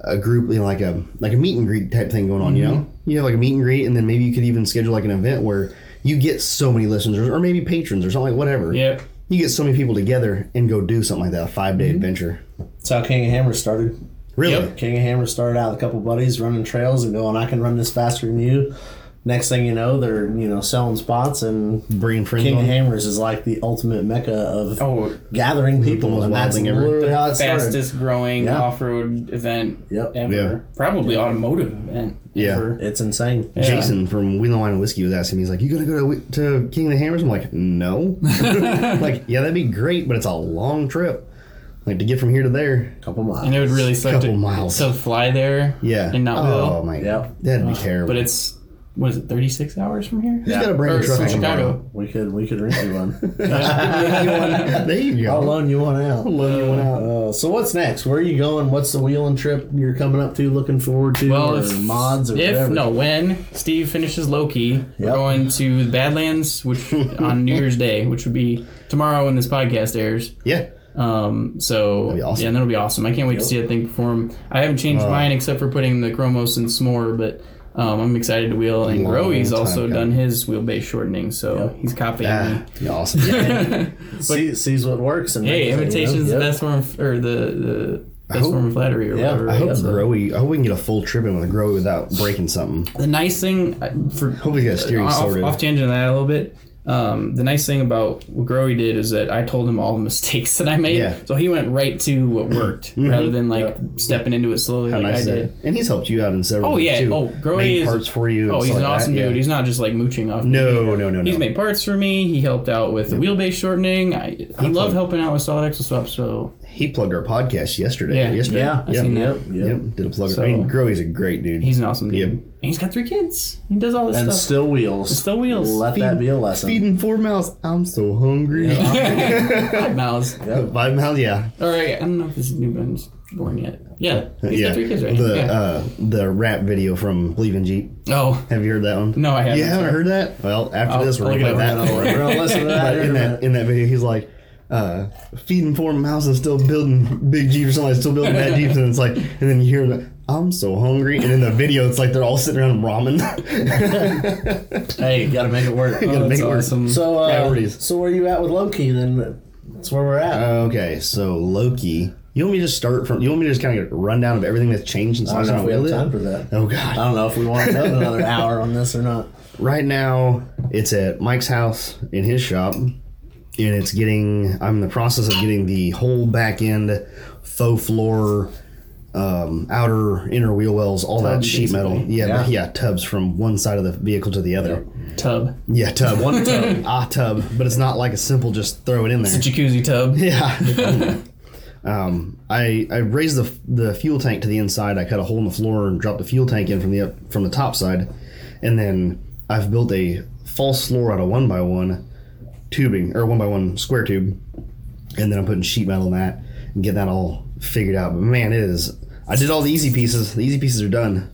a group, you know, like a like a meet and greet type thing going on, you know,
Mm-hmm.
you have like a meet and greet, and then maybe you could even schedule like an event where you get so many listeners or maybe patrons or something like whatever.
yeah.
You get so many people together and go do something like that, a five day adventure.
That's how King of Hammers started.
Really?
Mm-hmm. Yep.
King of Hammers started out with a couple buddies running trails and going, I can run this faster than you. Next thing you know, they're you know selling spots, and
Bringing friends
King
on.
of Hammers is like the ultimate mecca of
Oh,
gathering people,
most
and
wild
that's
thing ever.
literally how it started.
fastest growing
Yeah.
off road event
Yep.
ever.
Yeah.
Probably automotive event.
Yeah.
Ever.
It's insane.
Jason from Wheel and Wine and Whiskey was asking me, he's like, "You gonna go to, Wh- to King of the Hammers?" I'm like, "No." like, yeah, that'd be great, but it's a long trip. Like to get from here to there.
Couple
And
miles.
it would really suck to,
Couple miles.
to fly there.
Yeah.
And not
oh
will.
my,
Yep.
that'd be terrible.
But it's what is it? Thirty six hours from here.
he's gotta bring
Or
a truck
from
in tomorrow.
Chicago.
We could we could rent you one.
there you
I'll
go.
loan you one out.
Loan you one out.
Uh, so what's next? Where are you going? What's the wheeling trip you're coming up to? Looking forward to?
Well,
or
if
mods or
if
whatever?
no, when Steve finishes Loki, we're
Yep.
going to the Badlands, which on New Year's Day, which would be tomorrow when this podcast airs.
Yeah.
Um, so
be awesome. Uh,
yeah, that'll be awesome. I can't wait to see that thing perform. I haven't changed mine except for putting the Chromos and S'more, but um, I'm excited to wheel. And
Long
Growy's
time
also
coming.
done his wheelbase shortening, so he's copying
Ah, Yeah.
me.
Be awesome. Yeah.
See, sees what works. And
Hey,
everything, you know?
imitation's the
Yep.
best form of, or the, the best
hope-
form of flattery or
Yeah,
whatever.
I
I
right?
hope
So-
Growy. I hope we can get a full trip in with Growy without breaking something.
the nice thing uh, for
Hope we get a steering
off,
sorted.
off tangent of that a little bit. Um, the nice thing about what Growy did is that I told him all the mistakes that I made,
Yeah. Mm-hmm.
so he went right to what worked rather than like stepping into it slowly
How
like
nice
I
of
did.
him. And he's helped you out in several.
Oh
things,
yeah,
Too.
oh Growy
Made
is
parts for you. and
Oh, he's
stuff
an
like
awesome
that, yeah.
dude. He's not just like mooching off. me.
No, no, no, no.
He's made parts for me. He helped out with the wheelbase shortening. I, I love helping out with solid axle swaps. So
he plugged our podcast yesterday.
Yeah.
yesterday.
Yeah.
I've seen that.
Yep. Yep.
Yep, did a plug.
So-
I mean, Growy's a great dude.
he's an awesome dude.
Yep.
And he's got three kids. He does all this
And
stuff.
still wheels.
Still wheels.
Let that be a lesson.
feeding four mouths. I'm so hungry.
Five miles.
Five mouths, yeah.
All right. I don't know if this newborn's born yet. Yeah. he's
yeah.
got three kids right
the
yeah.
uh, the rap video from Leaving Jeep.
Oh
Have you heard that one?
no, I haven't.
You haven't heard that? Well, after
I'll-
this, we're
I'll
gonna play
look it
that
up.
one.
We're gonna listen to that.
But in that in that video, he's like. Uh, feeding four mouths and still building big jeeps or something like still building bad jeeps and it's like and then you hear the I'm so hungry and in the video it's like they're all sitting around ramen
hey, gotta make it work.
Gotta
That's
make it work.
awesome.
So, uh,
Priorities.
so where you at with Loki? Then that's where we're
Uh,
at.
Okay, so Loki. You want me to just start from? You want me to just kind of get a rundown of everything that's changed since
I don't
last
know if
time
we have
we
time
did?
for Um, that.
Oh god!
I don't know if we want to have another hour on this or not.
Right now, it's at Mike's house in his shop, and it's getting. I'm in the process of getting the whole back end, faux floor, um, outer inner wheel wells, all that
Tubs,
sheet metal.
basically.
Yeah,
Yeah.
yeah, tubs from one side of the vehicle to the other.
tub.
Yeah, tub. One tub. ah, tub. But it's not like a simple just throw it in there.
It's a jacuzzi tub.
Yeah. um, I I raised the the fuel tank to the inside. I cut a hole in the floor and dropped the fuel tank in from the up, from the top side, and then I've built a false floor out of one by one tubing or one by one square tube, and then I'm putting sheet metal in that and getting that all figured out. But man, it is. I did all the easy pieces. The easy pieces are done.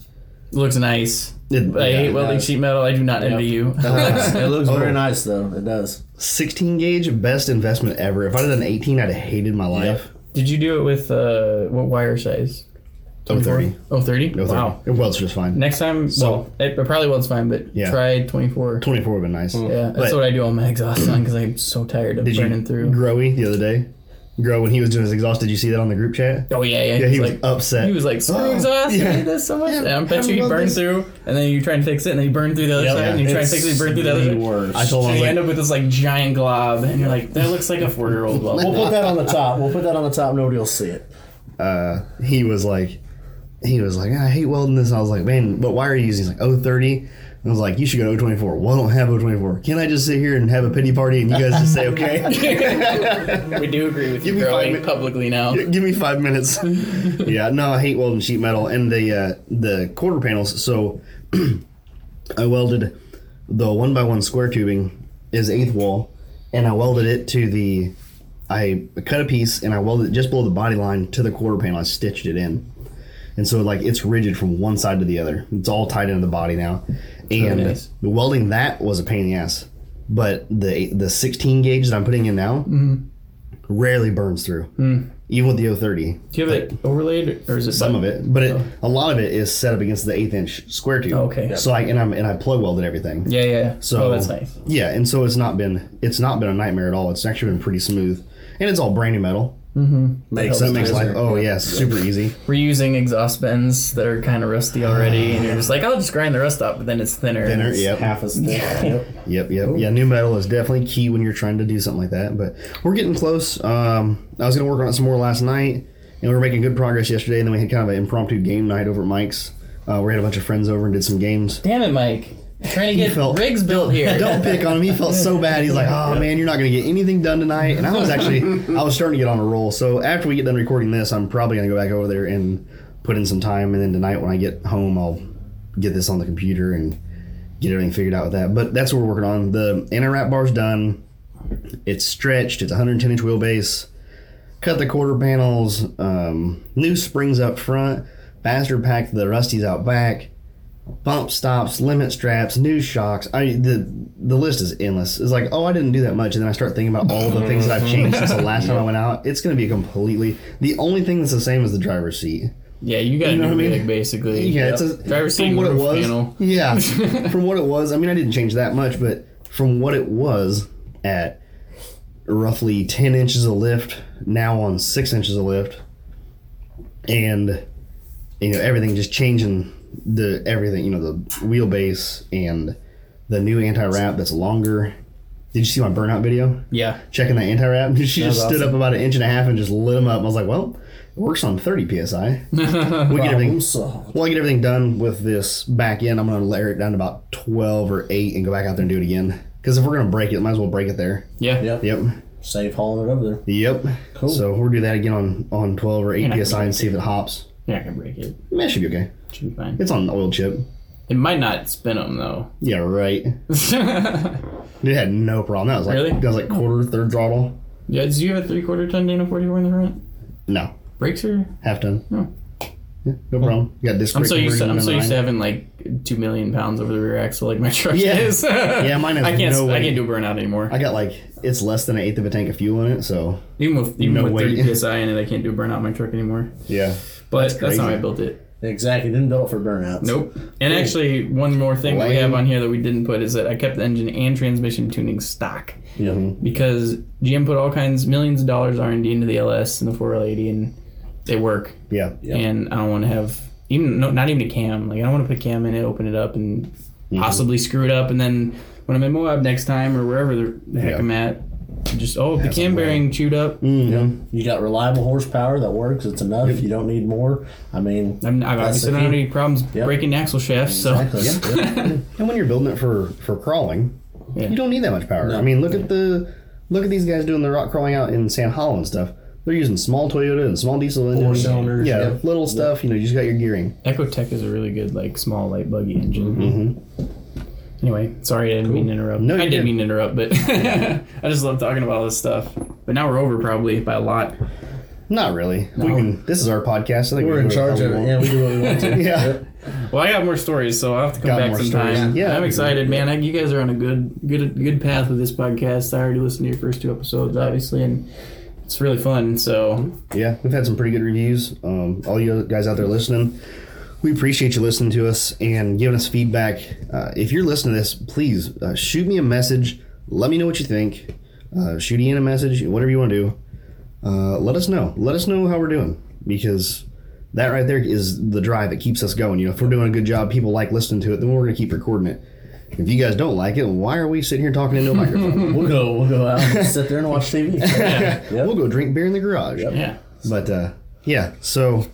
Looks nice.
It-
I hate welding sheet metal. I do not envy you.
It looks
Oh.
very nice though. It does.
16 gauge, best investment ever. If I'd have done 18, I'd have hated my life.
Did you do it with uh, what wire size?
Oh, 30.
Oh, 30?
Oh, 30.
Wow.
It welds just fine.
Next time, well, it, it probably was fine, but
Yeah.
try 24.
24 would have been nice.
Yeah, that's
But-
what I do on my exhaust on because I'm so tired of
Did you
burning through.
growy the other day? Grow when he was doing his exhaust. Did you see that on the group chat?
Oh yeah, yeah.
Yeah, he was
like,
upset. Oh,
He was like, "Screw exhaust!
yeah.
I hate this so much."
Yeah,
and I bet
I
you he
love
burned
this.
through, and then you try and fix it, and then you burn through the other
Yep.
side, and you try and
It's
fix it, you burn through the other.
the
side.
worst.
I told him I was
And you
like,
end up with this like giant glob, and you're like, "That looks like a four year old
We'll
bubble."
put that on the top. We'll put that on the top. Nobody will see it.
uh, he was like, he was like, I hate welding this. And I was like, man, but why are you using? He's like, 030. And I was like, you should go to 024. Well, I don't have 024. Can I just sit here and have a pity party and you guys just say, okay?
we do agree with you,
Give me five
growing
minutes.
publicly now.
Give me five minutes. yeah, no, I hate welding sheet metal and the uh, the quarter panels. So I welded the one by one square tubing is eighth wall, and I welded it to the. I cut a piece and I welded it just below the body line to the quarter panel. I stitched it in, and so like it's rigid from one side to the other. It's all tied into the body now, and
nice.
the welding that was a pain in the ass. But the the 16 gauge that I'm putting in now
Mm-hmm.
rarely burns through,
Mm.
even with the 030.
Do you have it overlaid, or is it
Some of it, but it, a lot of it is set up against the eighth inch square tube.
Okay.
So I and I'm and I plug welded everything.
Yeah, yeah.
So
oh, that's nice.
Yeah, and so it's not been it's not been a nightmare at all. It's actually been pretty smooth, and it's all brand new metal.
Makes
So that makes life oh yeah super easy.
We're using exhaust bends that are kind of rusty already, and you're just like, "I'll just grind the rust up," but then it's thinner.
Thinner,
and it's-
yep.
half as thick. yep.
Yep, yep. Yeah, new metal is definitely key when you're trying to do something like that. But we're getting close. Um, I was going to work on it some more last night, and we were making good progress yesterday. And then we had kind of an impromptu game night over at Mike's. Uh, we had a bunch of friends over and did some games.
Damn it, Mike! Trying to get
felt-
rigs built here.
Don't pick on him. He felt so bad. He's like, "Oh man, you're not going to get anything done tonight." And I was actually, I was starting to get on a roll. So after we get done recording this, I'm probably going to go back over there and put in some time. And then tonight when I get home, I'll get this on the computer and get everything figured out with that. But that's what we're working on. The inner wrap bar's done. It's stretched. It's 110 inch wheelbase. Cut the quarter panels. Um, new springs up front. Bastard packed the rusties out back. Bump stops, limit straps, new shocks. I the the list is endless. It's like, oh, I didn't do that much, and then I start thinking about all the things that I've changed since the last time I went out. It's going to be completely the only thing that's the same is the driver's seat.
Yeah, you got a
know
new
what I mean?
rig basically.
Yeah,
Yep.
it's a,
driver's seat
from what it
roof
was.
panel.
Yeah, from what it was. I mean, I didn't change that much, but from what it was at roughly ten inches of lift, now on six inches of lift, and you know everything just changing the everything. You know the wheelbase and the new anti wrap that's longer. Did you see my burnout video?
Yeah,
Checking that anti wrap, she just
was
stood
awesome.
up about an inch and a half and just lit them up. I was like, well, it works on thirty psi. we get everything
Problem solved.
well, I get everything done with this back end. I'm going to layer it down to about 12 or 8 and go back out there and do it again. Because if we're going to break it, might as well break it there.
yeah.
Yep.
Yep.
Save hauling it over there.
Yep.
Cool.
So we'll do that again on, on 12 or 8
not
PSI and see if it hops.
You're not gonna break it.
Man, it should be okay.
Should be fine.
It's on an oil chip.
It might not spin them though.
Yeah, right. It had no problem. That was like,
Really?
that was like quarter, third throttle.
yeah, do you have a three quarter ton Dana 44 in the front?
No.
Brakes are.
Half ton.
No.
Yeah, no problem. You got disc
Hmm. I'm
brake
so used to
conversion
I'm so
in
used to
mine.
having like two million pounds over the rear axle like my truck
Yeah.
is.
Yeah, mine has
I can't
no
I
weight.
can't do burnout anymore.
I got like, it's less than an eighth of a tank of fuel in it. So,
even with even
No
with 30
weight.
psi in it, I can't do burnout in my truck anymore.
yeah.
But that's, not how I
crazy.
built it.
Exactly. Didn't do it for burnouts.
Nope. And actually, one more thing we
Lame.
have on here that we didn't put is that I kept the engine and transmission tuning stock.
Yeah.
Mm-hmm.
because GM put all kinds millions of dollars R and D into the LS and the 4L80, and they work.
Yeah.
Yeah.
And I don't want to have even no, not even a cam. Like I don't want to put a cam in it, open it up, and
Mm-hmm.
possibly screw it up, and then when I'm in Moab next time or wherever the, the heck
Yeah.
I'm at, just oh the cam bearing chewed up.
Yeah.
You got reliable horsepower that works. It's enough. You don't need more. I mean,
I'm, I've
That's
obviously
the
not had
key.
any problems
Yep.
breaking axle shafts, so
exactly.
And when you're building it for for crawling,
Yeah.
you don't need that much power. I mean, look at the look at these guys doing the rock crawling out in San Hollow and stuff. They're using small Toyota and small diesel engines,
cylinders,
yeah,
yeah.
little stuff. You know, you just got your gearing.
Ecotech is a really good like small light buggy engine. Mm-hmm. Anyway, sorry I didn't mean to interrupt.
Mm-hmm. No,
I
you
didn't
didn't.
mean to interrupt, but I just love talking about all this stuff. But now we're over probably by a lot.
Not really. We can. This is our podcast. I think we
We're
can
in
do
charge
whatever
of
we
it.
want.
Yeah, we do what we want to.
Yeah.
Well, I got more stories, so I'll have to come
Got
back
more
sometime.
stories. Yeah.
I'm excited, man. I, you guys are on a good, good, good path with this podcast. I already listened to your first two episodes, obviously, and it's really fun. So
Yeah, we've had some pretty good reviews. Um, all you guys out there listening, we appreciate you listening to us and giving us feedback. Uh, if you're listening to this, please uh, shoot me a message. Let me know what you think. Uh, shoot Ian a message, whatever you want to do. uh, let us know. Let us know how we're doing because that right there is the drive. It keeps us going. You know, if we're doing a good job, people like listening to it, then we're going to keep recording it. If you guys don't like it, why are we sitting here talking into a microphone?
We'll go. We'll go out and sit there and watch TV. Yep.
We'll go drink beer in the garage.
Yeah.
But uh, yeah, so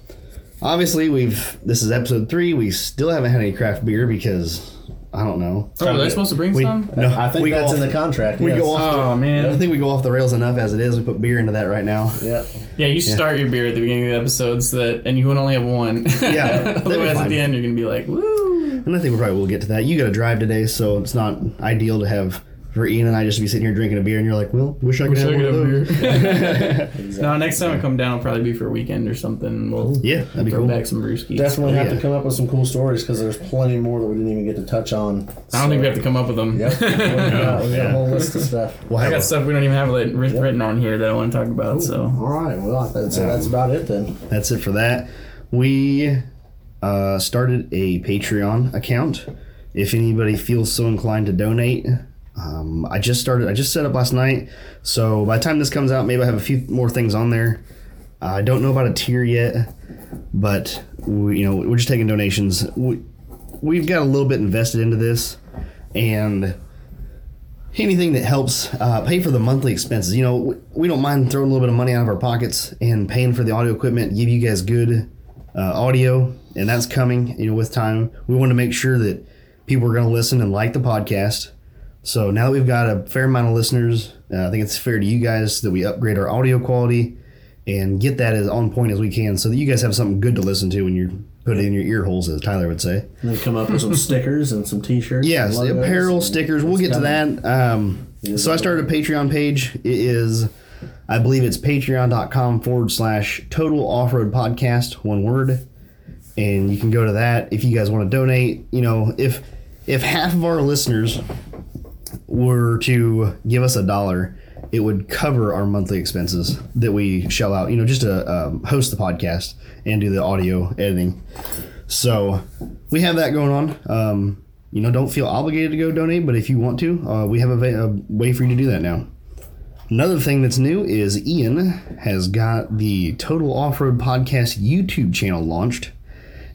obviously we've this is episode three. We still haven't had any craft beer because I don't know.
Oh, were they supposed to bring
We,
some?
no,
I think
we go
that's in
off-
the contract.
We
yes.
go off.
Oh
I
man.
think we go off the rails enough as it is. We put beer into that right now.
Yep.
Yeah, you start your beer at the beginning of the episode so that and you would only have one.
that'd be
Otherwise at
fine.
the end you're gonna be like, Woo
And I think we probably will get to that. You got to drive today, so it's not ideal to have for Ian and I just be sitting here drinking a beer, and you're like, "Well, wish I could have one of those."
no, next time I come down, it'll probably be for a weekend or something. We'll
Yeah, that'd be
throw
cool.
back some brewskis.
Definitely have
Oh, yeah.
to come up with some cool stories because there's plenty more that we didn't even get to touch on.
I don't think we have to come up with them.
Yep. we got, we got a whole list of stuff.
We'll
I
have
got
a,
stuff we don't even have writ- written on here that I want to talk about. So
All right. Well, I think so that's about it then.
that's it for that. We uh, started a Patreon account. If anybody feels so inclined to donate, um, I just started. I just set up last night, so by the time this comes out, maybe I have a few more things on there. I don't know about a tier yet, but we, you know we're just taking donations. We, we've got a little bit invested into this, and anything that helps uh, pay for the monthly expenses. You know, we, we don't mind throwing a little bit of money out of our pockets and paying for the audio equipment, give you guys good uh, audio, and that's coming. You know, with time, we want to make sure that people are going to listen and like the podcast. So now that we've got a fair amount of listeners, uh, I think it's fair to you guys that we upgrade our audio quality and get that as on point as we can, so that you guys have something good to listen to when you put it in your ear holes, as Tyler would say.
And then come up with some stickers and some T-shirts.
Yes,
and logos
apparel,
and-
stickers. We'll get to that. Um, so I started a Patreon page. It is, I believe it's patreon.com forward slash total off road podcast, one word. And you can go to that if you guys want to donate. You know, if if half of our listeners were to give us a dollar, it would cover our monthly expenses that we shell out. You know, just to um, host the podcast and do the audio editing. So we have that going on. Um, you know, don't feel obligated to go donate, but if you want to, uh, we have a, va- a way for you to do that now. Another thing that's new is Ian has got the Total Off Road Podcast YouTube channel launched.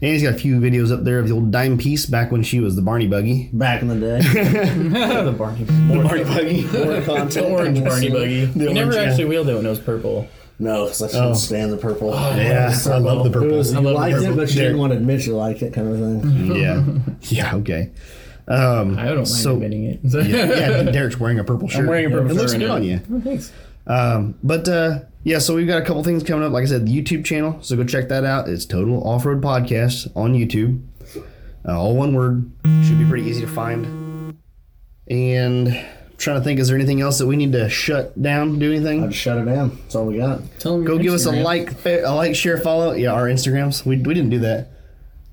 And he's got a few videos up there of the old dime piece back when she was the Barney Buggy.
Back in the day,
the Barney,
The Barney Buggy.
more
the
content.
orange Barney buggy.
The
you never
orange, yeah.
actually wheeled it when it was purple.
No, because I couldn't stand the purple.
yeah, I love the purple.
Oh. It was,
I
you
love the
liked it,
purple. Mm-hmm.
but you
There.
didn't want to admit you liked it, kind of thing.
Yeah. Yeah, okay. Um,
I don't mind
So-
admitting it.
yeah, Derek's wearing a purple shirt.
wearing a purple
It
shirt
looks
right
good
now.
on you.
Oh, thanks.
Um, but uh, yeah, so we've got a couple things coming up. Like I said, the YouTube channel. So go check that out. It's Total Off Road Podcast on YouTube. Uh, all one word. Should be pretty easy to find. And I'm trying to think, is there anything else that we need to shut down? Do anything?
I'd shut it down. That's all we got.
Tell them
Go
your
give us a
Instagram.
like, fa- a like, share, follow. Yeah, our Instagrams. We, we didn't do that.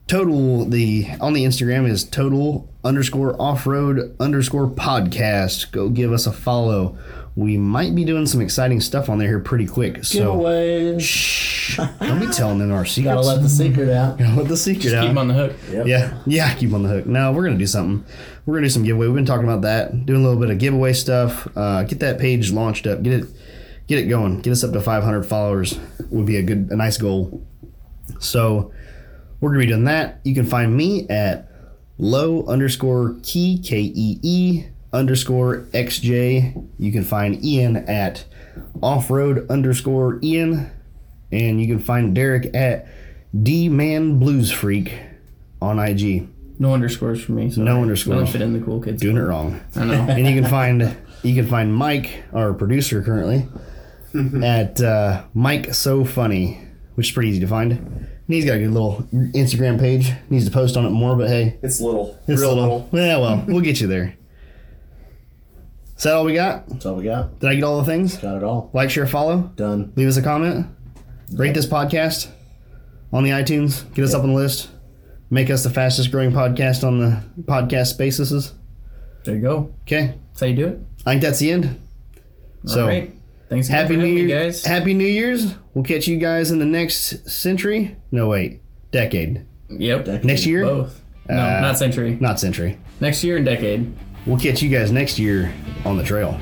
Total the on the Instagram is total underscore off road underscore podcast. Go give us a follow. We might be doing some exciting stuff on there here pretty quick. So
Giveaways.
shh, don't be telling them our secrets.
Gotta let the secret out.
Let the secret
Keep
out.
'em on the hook.
Yeah, yeah, keep 'em on the hook. No, we're gonna do something. We're gonna do some giveaway. We've been talking about that, doing a little bit of giveaway stuff. Uh, get that page launched up. Get it, get it going. Get us up to 500 followers would be a good, a nice goal. So we're gonna be doing that. You can find me at low underscore key k e e underscore x j. You can find Ian at offroad underscore Ian, and you can find Derek at D man blues freak on IG.
No underscores for me. So
No
I don't
underscores.
fit in the cool kids.
Doing it wrong.
I know.
And you can find you can find Mike, our producer currently, at uh, Mike So Funny, which is pretty easy to find. And he's got a good little Instagram page. Needs to post on it more, but hey,
It's little.
it's
Real
a little. Yeah, well, we'll get you there. Is that all we got?
That's all we got.
Did I get all the things?
Got it all
Like, share, follow.
done.
Leave us a comment. Rate this podcast on the iTunes. Get us up on the list. Make us the fastest growing podcast on the podcast spaces.
there you go.
Okay.
That's how you do it.
I think that's the end. So
All right. Thanks again
happy
for
New
having me,
Year's!
guys.
Happy New Year's! We'll catch you guys in the next century. No wait, decade.
yep.
Next year,
Both. No,
Uh,
not century.
not century.
Next year and decade.
We'll catch you guys next year on the trail.